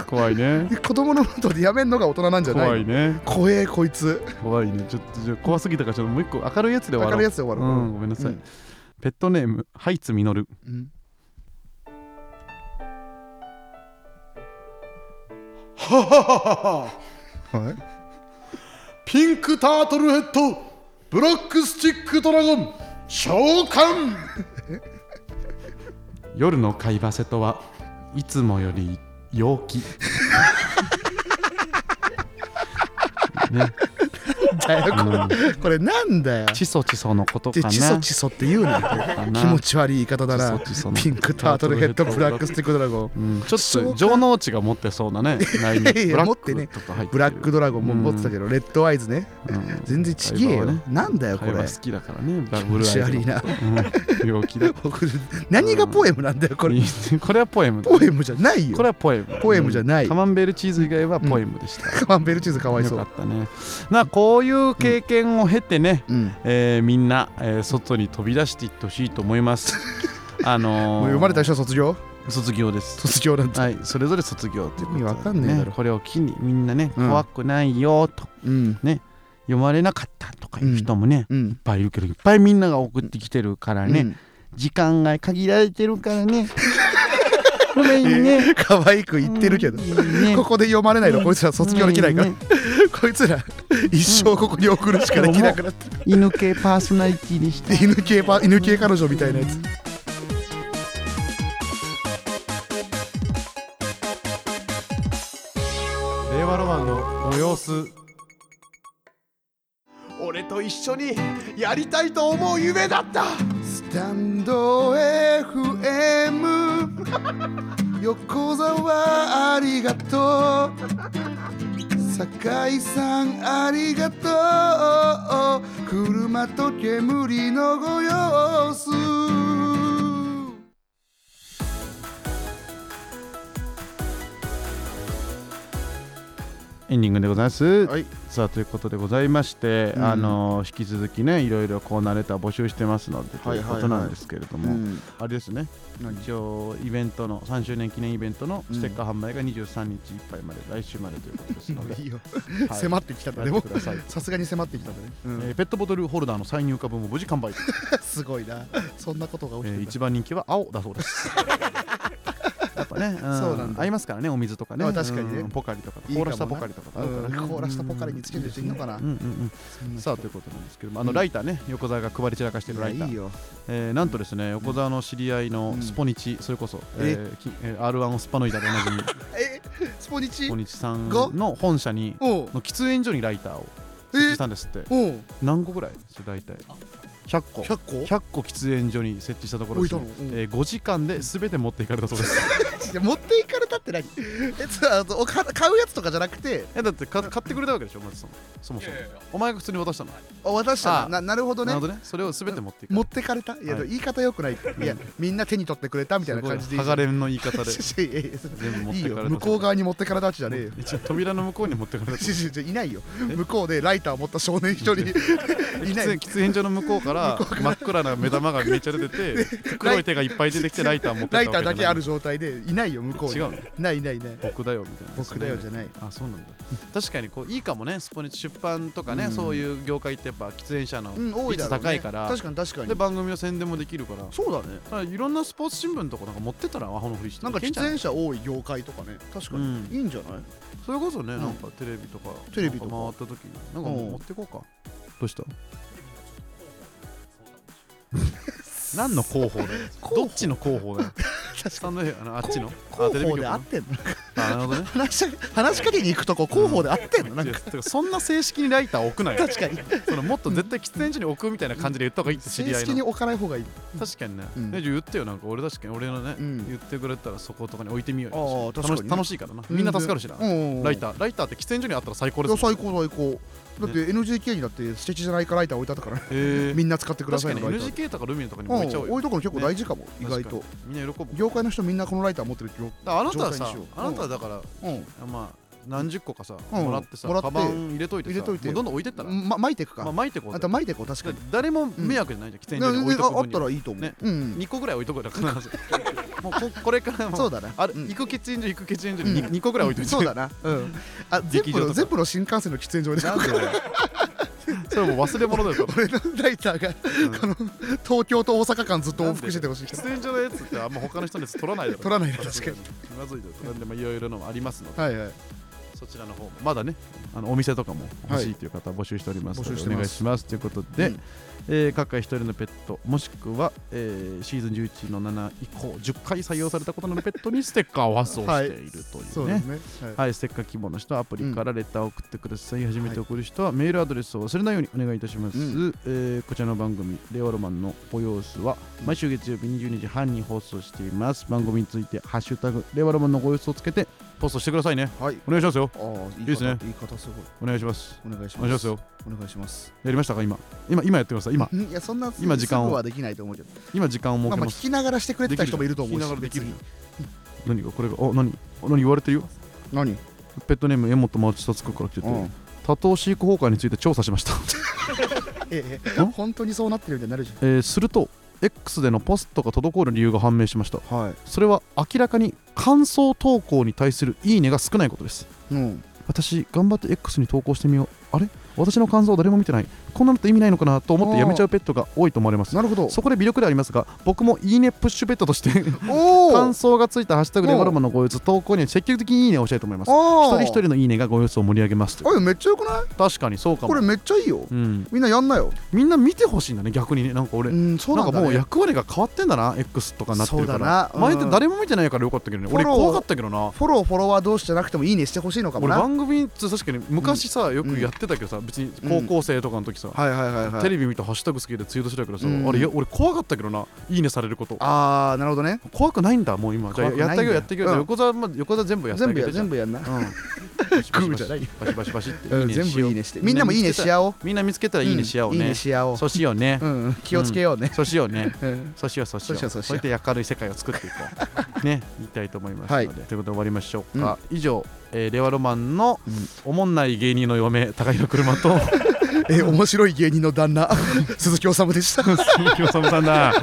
[SPEAKER 3] 怖いね
[SPEAKER 2] [laughs] 子供のことでやめんのが大人なんじゃない
[SPEAKER 3] 怖い
[SPEAKER 2] の
[SPEAKER 3] ね
[SPEAKER 2] 怖えこいつ
[SPEAKER 3] 怖いねちょっとじゃあ怖すぎたからちょっともう一個明るいやつで
[SPEAKER 2] 明
[SPEAKER 3] 終
[SPEAKER 2] る
[SPEAKER 3] わ
[SPEAKER 2] い
[SPEAKER 3] ろう
[SPEAKER 2] やつで終わ
[SPEAKER 3] う
[SPEAKER 2] ろ
[SPEAKER 3] んごめんなさい、
[SPEAKER 2] うん
[SPEAKER 3] ペットネームハイツミノル
[SPEAKER 2] う、うん
[SPEAKER 4] はははは
[SPEAKER 2] はい
[SPEAKER 4] ピンクタートルヘッドブラックスチックドラゴン召喚
[SPEAKER 3] 夜の貝バセとはいつもより陽気
[SPEAKER 2] [laughs] だよ
[SPEAKER 3] ね、うん
[SPEAKER 2] [laughs] これなんだよ
[SPEAKER 3] チソチソのことか
[SPEAKER 2] で
[SPEAKER 3] な
[SPEAKER 2] チソチソって言うなよ
[SPEAKER 3] かな
[SPEAKER 2] 気持ち悪い言い方だな
[SPEAKER 3] チソチソの
[SPEAKER 2] ピンクタートルヘッドブラックスティックドラゴン
[SPEAKER 3] うん、ちょ
[SPEAKER 2] そう
[SPEAKER 3] っ
[SPEAKER 2] か
[SPEAKER 3] と城之内が持ってそう [laughs] なね内容
[SPEAKER 2] いやいや
[SPEAKER 3] ブラック
[SPEAKER 2] 持ってね
[SPEAKER 3] とか入ってる
[SPEAKER 2] ブラックドラゴンも持ってたけどレッドアイズね
[SPEAKER 3] うん
[SPEAKER 2] 全然ちげえよ
[SPEAKER 3] 会話はね
[SPEAKER 2] なんだよこ
[SPEAKER 3] 会
[SPEAKER 2] れ
[SPEAKER 3] 話好きだからねブラ
[SPEAKER 2] 気持ち悪いな
[SPEAKER 3] うん病気だ
[SPEAKER 2] 僕何がポエムなんだよこ
[SPEAKER 3] こ
[SPEAKER 2] れ
[SPEAKER 3] れ [laughs] これはポエムだ
[SPEAKER 2] ポエムじゃないよ
[SPEAKER 3] これはポエム
[SPEAKER 2] ポエムじゃない
[SPEAKER 3] カマンベールチーズ以外はポエムでした、
[SPEAKER 2] カマンベールチーズかわい
[SPEAKER 3] よ
[SPEAKER 2] そ
[SPEAKER 3] かっ
[SPEAKER 2] う
[SPEAKER 3] たねなこういう経験を経てね、
[SPEAKER 2] うん
[SPEAKER 3] えーみんな、えー外に飛び出していってほしいと思いますあの
[SPEAKER 2] もう
[SPEAKER 3] ー、
[SPEAKER 2] 生まれた人は卒業
[SPEAKER 3] 卒業です
[SPEAKER 2] 卒業なんて
[SPEAKER 3] [laughs] はい、それぞれ卒業ということで
[SPEAKER 2] 意味わかんねえだろ
[SPEAKER 3] これを機にみんなね、
[SPEAKER 2] うん
[SPEAKER 3] 怖くないよと
[SPEAKER 2] うん
[SPEAKER 3] 読まれなかったとかいう人もね、いっ
[SPEAKER 2] うん
[SPEAKER 3] ぱいいるけどいっぱいみんなが送ってきてるからね、
[SPEAKER 2] うん
[SPEAKER 3] 時間が限られてるか
[SPEAKER 1] [laughs]
[SPEAKER 3] らねごめん
[SPEAKER 2] [laughs]
[SPEAKER 3] ね
[SPEAKER 2] 可愛く言ってるけど
[SPEAKER 3] いいね
[SPEAKER 2] ここで読まれないのこいつら卒業できないから
[SPEAKER 3] ね
[SPEAKER 2] こいつら一生ここに送るしかできなくなってる
[SPEAKER 3] 犬系パーソナリティでした
[SPEAKER 2] 犬系パ犬系彼女みたいなやつ
[SPEAKER 5] 令和ロマンのご様子
[SPEAKER 6] 俺と一緒にやりたいと思う夢だったス
[SPEAKER 2] スタンド FM 横澤ありがとう酒井さんありがとう車と煙のご様
[SPEAKER 1] [laughs]
[SPEAKER 2] 子
[SPEAKER 1] エンディングでございます。
[SPEAKER 2] はい
[SPEAKER 1] さあということでございまして、
[SPEAKER 2] うん
[SPEAKER 1] あの引き続きねいろいろコーナーレター募集してますのでと
[SPEAKER 2] はいいうはいは
[SPEAKER 1] こ
[SPEAKER 2] い
[SPEAKER 1] となんですけれども、
[SPEAKER 2] うん
[SPEAKER 1] あれですね一応イベントの3周年記念イベントのステッカー販売が23日いっぱいまで、来週までということですの
[SPEAKER 3] [laughs]
[SPEAKER 1] で
[SPEAKER 2] いいよ
[SPEAKER 1] はい
[SPEAKER 2] 迫ってきたんだ
[SPEAKER 1] や
[SPEAKER 2] で
[SPEAKER 1] ってく
[SPEAKER 2] も
[SPEAKER 1] ださい、
[SPEAKER 2] さすがに迫ってきたんだねう
[SPEAKER 1] え
[SPEAKER 2] ん
[SPEAKER 1] ーペットボトルホルダーの再入荷分も無事完
[SPEAKER 3] [laughs]
[SPEAKER 1] 売、
[SPEAKER 2] すごいなそんなことが
[SPEAKER 1] え
[SPEAKER 2] 起きて
[SPEAKER 1] ー
[SPEAKER 2] る
[SPEAKER 1] 一番人気は青だそうですやっぱね、うん
[SPEAKER 2] そうなんだ
[SPEAKER 1] 合いますからねお水とかね
[SPEAKER 2] まあ確かにね
[SPEAKER 1] うんポカリとか
[SPEAKER 2] いい
[SPEAKER 1] コ
[SPEAKER 2] か
[SPEAKER 1] ー
[SPEAKER 2] も
[SPEAKER 1] ラ
[SPEAKER 2] な
[SPEAKER 1] スタポカリとかと合うからね
[SPEAKER 2] うん凍らしたポカリにつける人いいのかな
[SPEAKER 1] うんうんうんさあということなんですけどもあのライターね、横澤が配り散らかしてるライター
[SPEAKER 2] いいよ
[SPEAKER 1] えーなんとですね、横澤の知り合いのスポニチ、それこそ、え
[SPEAKER 2] え
[SPEAKER 1] ーきえー R1 をスパノイダでおなじみ
[SPEAKER 2] えスポニ
[SPEAKER 1] ス
[SPEAKER 2] チ
[SPEAKER 1] ポニチさん
[SPEAKER 2] が
[SPEAKER 1] の本社に
[SPEAKER 2] おう
[SPEAKER 1] の喫煙所にライターを設置
[SPEAKER 2] え
[SPEAKER 1] したんですって
[SPEAKER 2] おう
[SPEAKER 1] 何個ぐらいそれ大体100個
[SPEAKER 2] 100個
[SPEAKER 1] 100個喫煙所に設置したところ
[SPEAKER 2] 置いたのうん
[SPEAKER 1] えー5時間で全て持っていかれたそうです
[SPEAKER 2] [laughs] いや持っていかれたって何 [laughs] えつあのおか買うやつとかじゃなくて
[SPEAKER 1] えだってか買ってくれたわけでしょまずそのそもそもお前が普通に渡したの、
[SPEAKER 2] あ渡した
[SPEAKER 1] あ
[SPEAKER 2] なななるほど
[SPEAKER 1] な
[SPEAKER 2] ね
[SPEAKER 1] るほどねそれを全て持っていか
[SPEAKER 2] 持
[SPEAKER 1] れ
[SPEAKER 2] ってかれたいや、
[SPEAKER 1] はい
[SPEAKER 2] 言い方よくないっていやみんな手に取ってくれ [laughs] たみたいな感じでいい
[SPEAKER 1] 剥がれんの言い方で
[SPEAKER 2] [laughs] いやいやいやそれ
[SPEAKER 1] 全部持っ
[SPEAKER 2] いい
[SPEAKER 1] てか
[SPEAKER 2] よ
[SPEAKER 1] れた
[SPEAKER 2] 向こう側に持ってからだちじゃねえよ
[SPEAKER 1] 一応扉の向こうに持ってかれた
[SPEAKER 2] ちょちょち [laughs] ょいないよ向こうでライターを持った少年一人いな
[SPEAKER 1] 喫煙
[SPEAKER 2] い
[SPEAKER 1] 喫煙所の向こうから真っ暗な目玉がめっちゃ出てて黒い手がいっぱい出てきてライター持ってた
[SPEAKER 2] ラ
[SPEAKER 1] わ
[SPEAKER 2] イ
[SPEAKER 1] け
[SPEAKER 2] ターだけある
[SPEAKER 1] じ
[SPEAKER 2] 状態でいないよ向こうに
[SPEAKER 1] 違うの
[SPEAKER 2] いないいないいない
[SPEAKER 1] 僕だよみたいな
[SPEAKER 2] 僕だよじゃない
[SPEAKER 1] あそうなんだ確かにこういいかもねスポニチ出版とかね、
[SPEAKER 2] うん
[SPEAKER 1] そういう業界ってやっぱ喫煙者の
[SPEAKER 2] うん多いだ
[SPEAKER 1] 率
[SPEAKER 2] ろう、ね、
[SPEAKER 1] 高いから、
[SPEAKER 2] 確かに確か
[SPEAKER 1] で
[SPEAKER 2] に
[SPEAKER 1] 番組の宣伝もできるから
[SPEAKER 2] そうだね
[SPEAKER 1] だからいろんなスポーツ新聞とかなんか持ってたらアホのふりして
[SPEAKER 2] なんか
[SPEAKER 1] いけ
[SPEAKER 2] 喫
[SPEAKER 1] じゃい
[SPEAKER 2] 煙者多い業界とかね確かに、
[SPEAKER 1] うん
[SPEAKER 2] いいんじゃない
[SPEAKER 1] それこそね、
[SPEAKER 2] ん
[SPEAKER 1] なんかテレビとか
[SPEAKER 2] テレビとか
[SPEAKER 1] なん回った時になんかもう持ってこうか、どうした何の広報だよどっちの広報だよ
[SPEAKER 2] 確
[SPEAKER 1] スタンド FM あのあっちのあテレ
[SPEAKER 2] 広
[SPEAKER 1] ビ
[SPEAKER 2] 報
[SPEAKER 1] 局
[SPEAKER 2] で合
[SPEAKER 1] の
[SPEAKER 2] ってんの [laughs]
[SPEAKER 1] あなるほどね
[SPEAKER 2] 話し話しかけに行くとこ広報で合ってんのなん
[SPEAKER 1] いや
[SPEAKER 2] か
[SPEAKER 1] てかそんな正式にライター置く [laughs] なよ
[SPEAKER 2] 確かに
[SPEAKER 1] そのもっと絶対喫煙所に置くみたいな感じで言った方がいいって知り
[SPEAKER 2] 正
[SPEAKER 1] 合い
[SPEAKER 2] 式に
[SPEAKER 1] の
[SPEAKER 2] 置かない方がいい
[SPEAKER 1] 確かにね、
[SPEAKER 2] うん
[SPEAKER 1] ねじゃあ言ってよなんか俺確かに俺のね、
[SPEAKER 2] うん
[SPEAKER 1] 言ってくれたらそことかに置いてみよう
[SPEAKER 2] あ
[SPEAKER 1] よ
[SPEAKER 2] あ確かにね
[SPEAKER 1] 楽し楽しいからなみんな助かるしな、
[SPEAKER 2] うん
[SPEAKER 1] ライターライターって喫煙所にあったら最高
[SPEAKER 2] い
[SPEAKER 1] で
[SPEAKER 2] や
[SPEAKER 1] す
[SPEAKER 2] 最高最高だって NGK にだって素敵じゃないかライター置いてあったからね
[SPEAKER 1] へー
[SPEAKER 2] みんな使ってくだ
[SPEAKER 1] 確
[SPEAKER 2] さ
[SPEAKER 1] か
[SPEAKER 2] い
[SPEAKER 1] に
[SPEAKER 2] のライター
[SPEAKER 1] NGK とかルミネとかにも置いちゃおう
[SPEAKER 2] うん
[SPEAKER 1] よ
[SPEAKER 2] 置いとくの結構大事かも意外と
[SPEAKER 1] 確かにみんな喜ぶ
[SPEAKER 2] 業界の人みんなこのライター持ってるってよ
[SPEAKER 1] だからあなたは
[SPEAKER 2] 状態
[SPEAKER 1] さ
[SPEAKER 2] にしよう
[SPEAKER 1] あなたはだから、
[SPEAKER 2] うん
[SPEAKER 1] まあ何十個かさ、
[SPEAKER 2] うん
[SPEAKER 1] もらってさ
[SPEAKER 2] もらって
[SPEAKER 1] カバン入れといてさ
[SPEAKER 2] 入れといて
[SPEAKER 1] もうどんどん置いてったら、
[SPEAKER 2] ま巻いていくか
[SPEAKER 1] まあ、巻いてこう
[SPEAKER 2] あ
[SPEAKER 1] ぜ
[SPEAKER 2] んた巻いていこう確かに
[SPEAKER 1] 誰も迷惑じゃないじゃん、喫煙所に置
[SPEAKER 2] ね
[SPEAKER 1] いとく
[SPEAKER 2] ああっ
[SPEAKER 1] 分に
[SPEAKER 2] た
[SPEAKER 1] は
[SPEAKER 2] らいいと思う
[SPEAKER 1] ね
[SPEAKER 2] うん
[SPEAKER 1] 2個ぐらい置いとくだ
[SPEAKER 2] [laughs]
[SPEAKER 1] から必ずもうここれからも
[SPEAKER 2] そうだね
[SPEAKER 1] あれ、
[SPEAKER 2] うん
[SPEAKER 1] 行く喫煙所行く喫煙所に 2,、二個ぐらい置いといて
[SPEAKER 2] そうだなうん
[SPEAKER 1] [laughs]
[SPEAKER 2] あ全
[SPEAKER 1] 劇場
[SPEAKER 2] 部
[SPEAKER 1] とか
[SPEAKER 2] の全部の新幹線の喫煙場で [laughs]
[SPEAKER 1] なんでだよそれもう忘れ物だよ多分
[SPEAKER 2] 俺のライターがこの東京と大阪間ずっと往復しててほしい
[SPEAKER 1] 喫煙所のやつってあんま他の人のやつ取らないだろ
[SPEAKER 2] 取ら
[SPEAKER 1] [laughs]
[SPEAKER 2] ないな確かに
[SPEAKER 1] 気まずいだろとかでもいろいろのもありますので
[SPEAKER 2] はいはい
[SPEAKER 1] そちらの方もまだねあのお店とかも欲しいという方は募集しておりますので、
[SPEAKER 2] 募集し
[SPEAKER 1] お
[SPEAKER 2] てます
[SPEAKER 1] 願いしますということで、
[SPEAKER 2] うん
[SPEAKER 1] えー各界一人のペットもしくは、えーシーズン11の7以降10回採用されたことのあるペットにステッカーを発送しているというね。
[SPEAKER 2] そうですねはい
[SPEAKER 1] はい、ステッカー希望の人はアプリからレターを送ってください、初めて送る人はメールアドレスを忘れないようにお願いいたします、
[SPEAKER 2] う
[SPEAKER 1] えーこちらの番組「令和ロマンのご様子」は毎週月曜日22時半に放送しています番組について「ハッシュタグ令和ロマンのご様子」をつけてポストしてくださいね
[SPEAKER 2] はい
[SPEAKER 1] お願いしますよ
[SPEAKER 2] ああいい
[SPEAKER 1] いですね
[SPEAKER 2] 言い方すごい
[SPEAKER 1] お願いします
[SPEAKER 2] お願いし
[SPEAKER 1] お
[SPEAKER 2] ま
[SPEAKER 1] 願い
[SPEAKER 2] す
[SPEAKER 1] しますよ
[SPEAKER 2] お願いします
[SPEAKER 1] やりましたか今今今やってください今
[SPEAKER 2] うんいやそんな
[SPEAKER 1] 今時間を
[SPEAKER 2] すぐはできないと思うけど
[SPEAKER 1] 今時間を設
[SPEAKER 2] まあ
[SPEAKER 1] け
[SPEAKER 2] まあ
[SPEAKER 1] ます
[SPEAKER 2] 聞きながらしてくれてた人もいると思うし
[SPEAKER 1] 聞きながらできる
[SPEAKER 2] 別に
[SPEAKER 1] 何がこれがあ何何言われてるよ
[SPEAKER 2] 何
[SPEAKER 1] ペットネーム江本真知達君から来てて、
[SPEAKER 2] うん
[SPEAKER 1] 多頭飼育崩壊について調査しました [laughs]
[SPEAKER 2] ええ
[SPEAKER 1] ん
[SPEAKER 2] 本当にそうなってるみたいになるじ
[SPEAKER 1] えーすると X でのポストが滞る理由が判明しました
[SPEAKER 2] ゃんはい
[SPEAKER 1] それは明らかに感想投稿に対するいいねが少ないことです
[SPEAKER 2] うん
[SPEAKER 1] 私頑張って X に投稿してみようあれ私の感想を誰も見てないこんなのって意味ないのかなと思ってやめちゃうペットが多いと思われます
[SPEAKER 2] なるほど
[SPEAKER 1] そこで微力でありますが僕もいいねプッシュペットとして
[SPEAKER 2] お
[SPEAKER 1] 感
[SPEAKER 2] ー
[SPEAKER 1] 想がついたハッシュタグでマロマのご様子投稿には積極的にいいねをしたいと思います一
[SPEAKER 2] お
[SPEAKER 1] 人一人のいいねがご様子を盛り上げますと
[SPEAKER 2] あれめっちゃよくない
[SPEAKER 1] 確かにそうかも
[SPEAKER 2] これめっちゃいいよ
[SPEAKER 1] うん、
[SPEAKER 2] みんなやんなよ
[SPEAKER 1] みんな見てほしいんだね逆にねなんか俺、
[SPEAKER 2] うんそう
[SPEAKER 1] な
[SPEAKER 2] なんん
[SPEAKER 1] か
[SPEAKER 2] だ
[SPEAKER 1] もう
[SPEAKER 2] ね
[SPEAKER 1] 役割が変わってんだな X とかなってるか
[SPEAKER 2] そうだ
[SPEAKER 1] ら
[SPEAKER 2] な、うん
[SPEAKER 1] 前って誰も見てないからよかったけどね俺
[SPEAKER 2] フォロー
[SPEAKER 1] 怖かったけどな
[SPEAKER 2] フォローフォロワー同士じゃなくてもいいねしてほしいのかも
[SPEAKER 1] 俺
[SPEAKER 2] な
[SPEAKER 1] 番組って確かに昔さ、よくやってってたけどさ別に高校生とかの時さ、
[SPEAKER 2] はいはいはいはい
[SPEAKER 1] テレビ見て「ハッシュタグ好き」でツイートしてたけどさ、
[SPEAKER 2] うん
[SPEAKER 1] あれいや俺怖かったけどないいねされること
[SPEAKER 2] ああなるほどね
[SPEAKER 1] 怖くないんだもう今じゃあ
[SPEAKER 2] 怖くない
[SPEAKER 1] やっ
[SPEAKER 2] んだ
[SPEAKER 1] てあげようやってあげよう、
[SPEAKER 2] うん
[SPEAKER 1] 横澤、まあ、横澤全部やってあ
[SPEAKER 2] 全
[SPEAKER 1] げ
[SPEAKER 2] 部
[SPEAKER 1] て
[SPEAKER 2] や
[SPEAKER 1] 部
[SPEAKER 2] 全部やんな、 [laughs]
[SPEAKER 1] バシ
[SPEAKER 2] グー
[SPEAKER 1] バ
[SPEAKER 2] じ
[SPEAKER 1] シ
[SPEAKER 2] ゃない
[SPEAKER 1] バシバシバシって
[SPEAKER 2] うん
[SPEAKER 1] いいね
[SPEAKER 2] 全
[SPEAKER 1] し
[SPEAKER 2] 部
[SPEAKER 1] よう
[SPEAKER 2] いいねしてみんなもいいねし合おう
[SPEAKER 1] みんな見つけたらいいねし合おうね,、
[SPEAKER 2] いいねし合おう
[SPEAKER 1] そうしようね、
[SPEAKER 2] うん気をつけようね、
[SPEAKER 1] そうしようね
[SPEAKER 2] うん
[SPEAKER 1] そうしようそうしよう
[SPEAKER 2] そうしようそうしよう
[SPEAKER 1] れで明るい世界を作っていこ
[SPEAKER 2] [laughs]
[SPEAKER 1] うね言いたいと思いますので、
[SPEAKER 2] はい
[SPEAKER 1] ということで終わりましょうか、以上、えー令和ロマンの、
[SPEAKER 2] うん
[SPEAKER 1] おもんない芸人の嫁高弘車と [laughs]
[SPEAKER 2] え面白い芸人の旦那 [laughs] 鈴木おさむでした
[SPEAKER 1] 鈴木おさむさんだ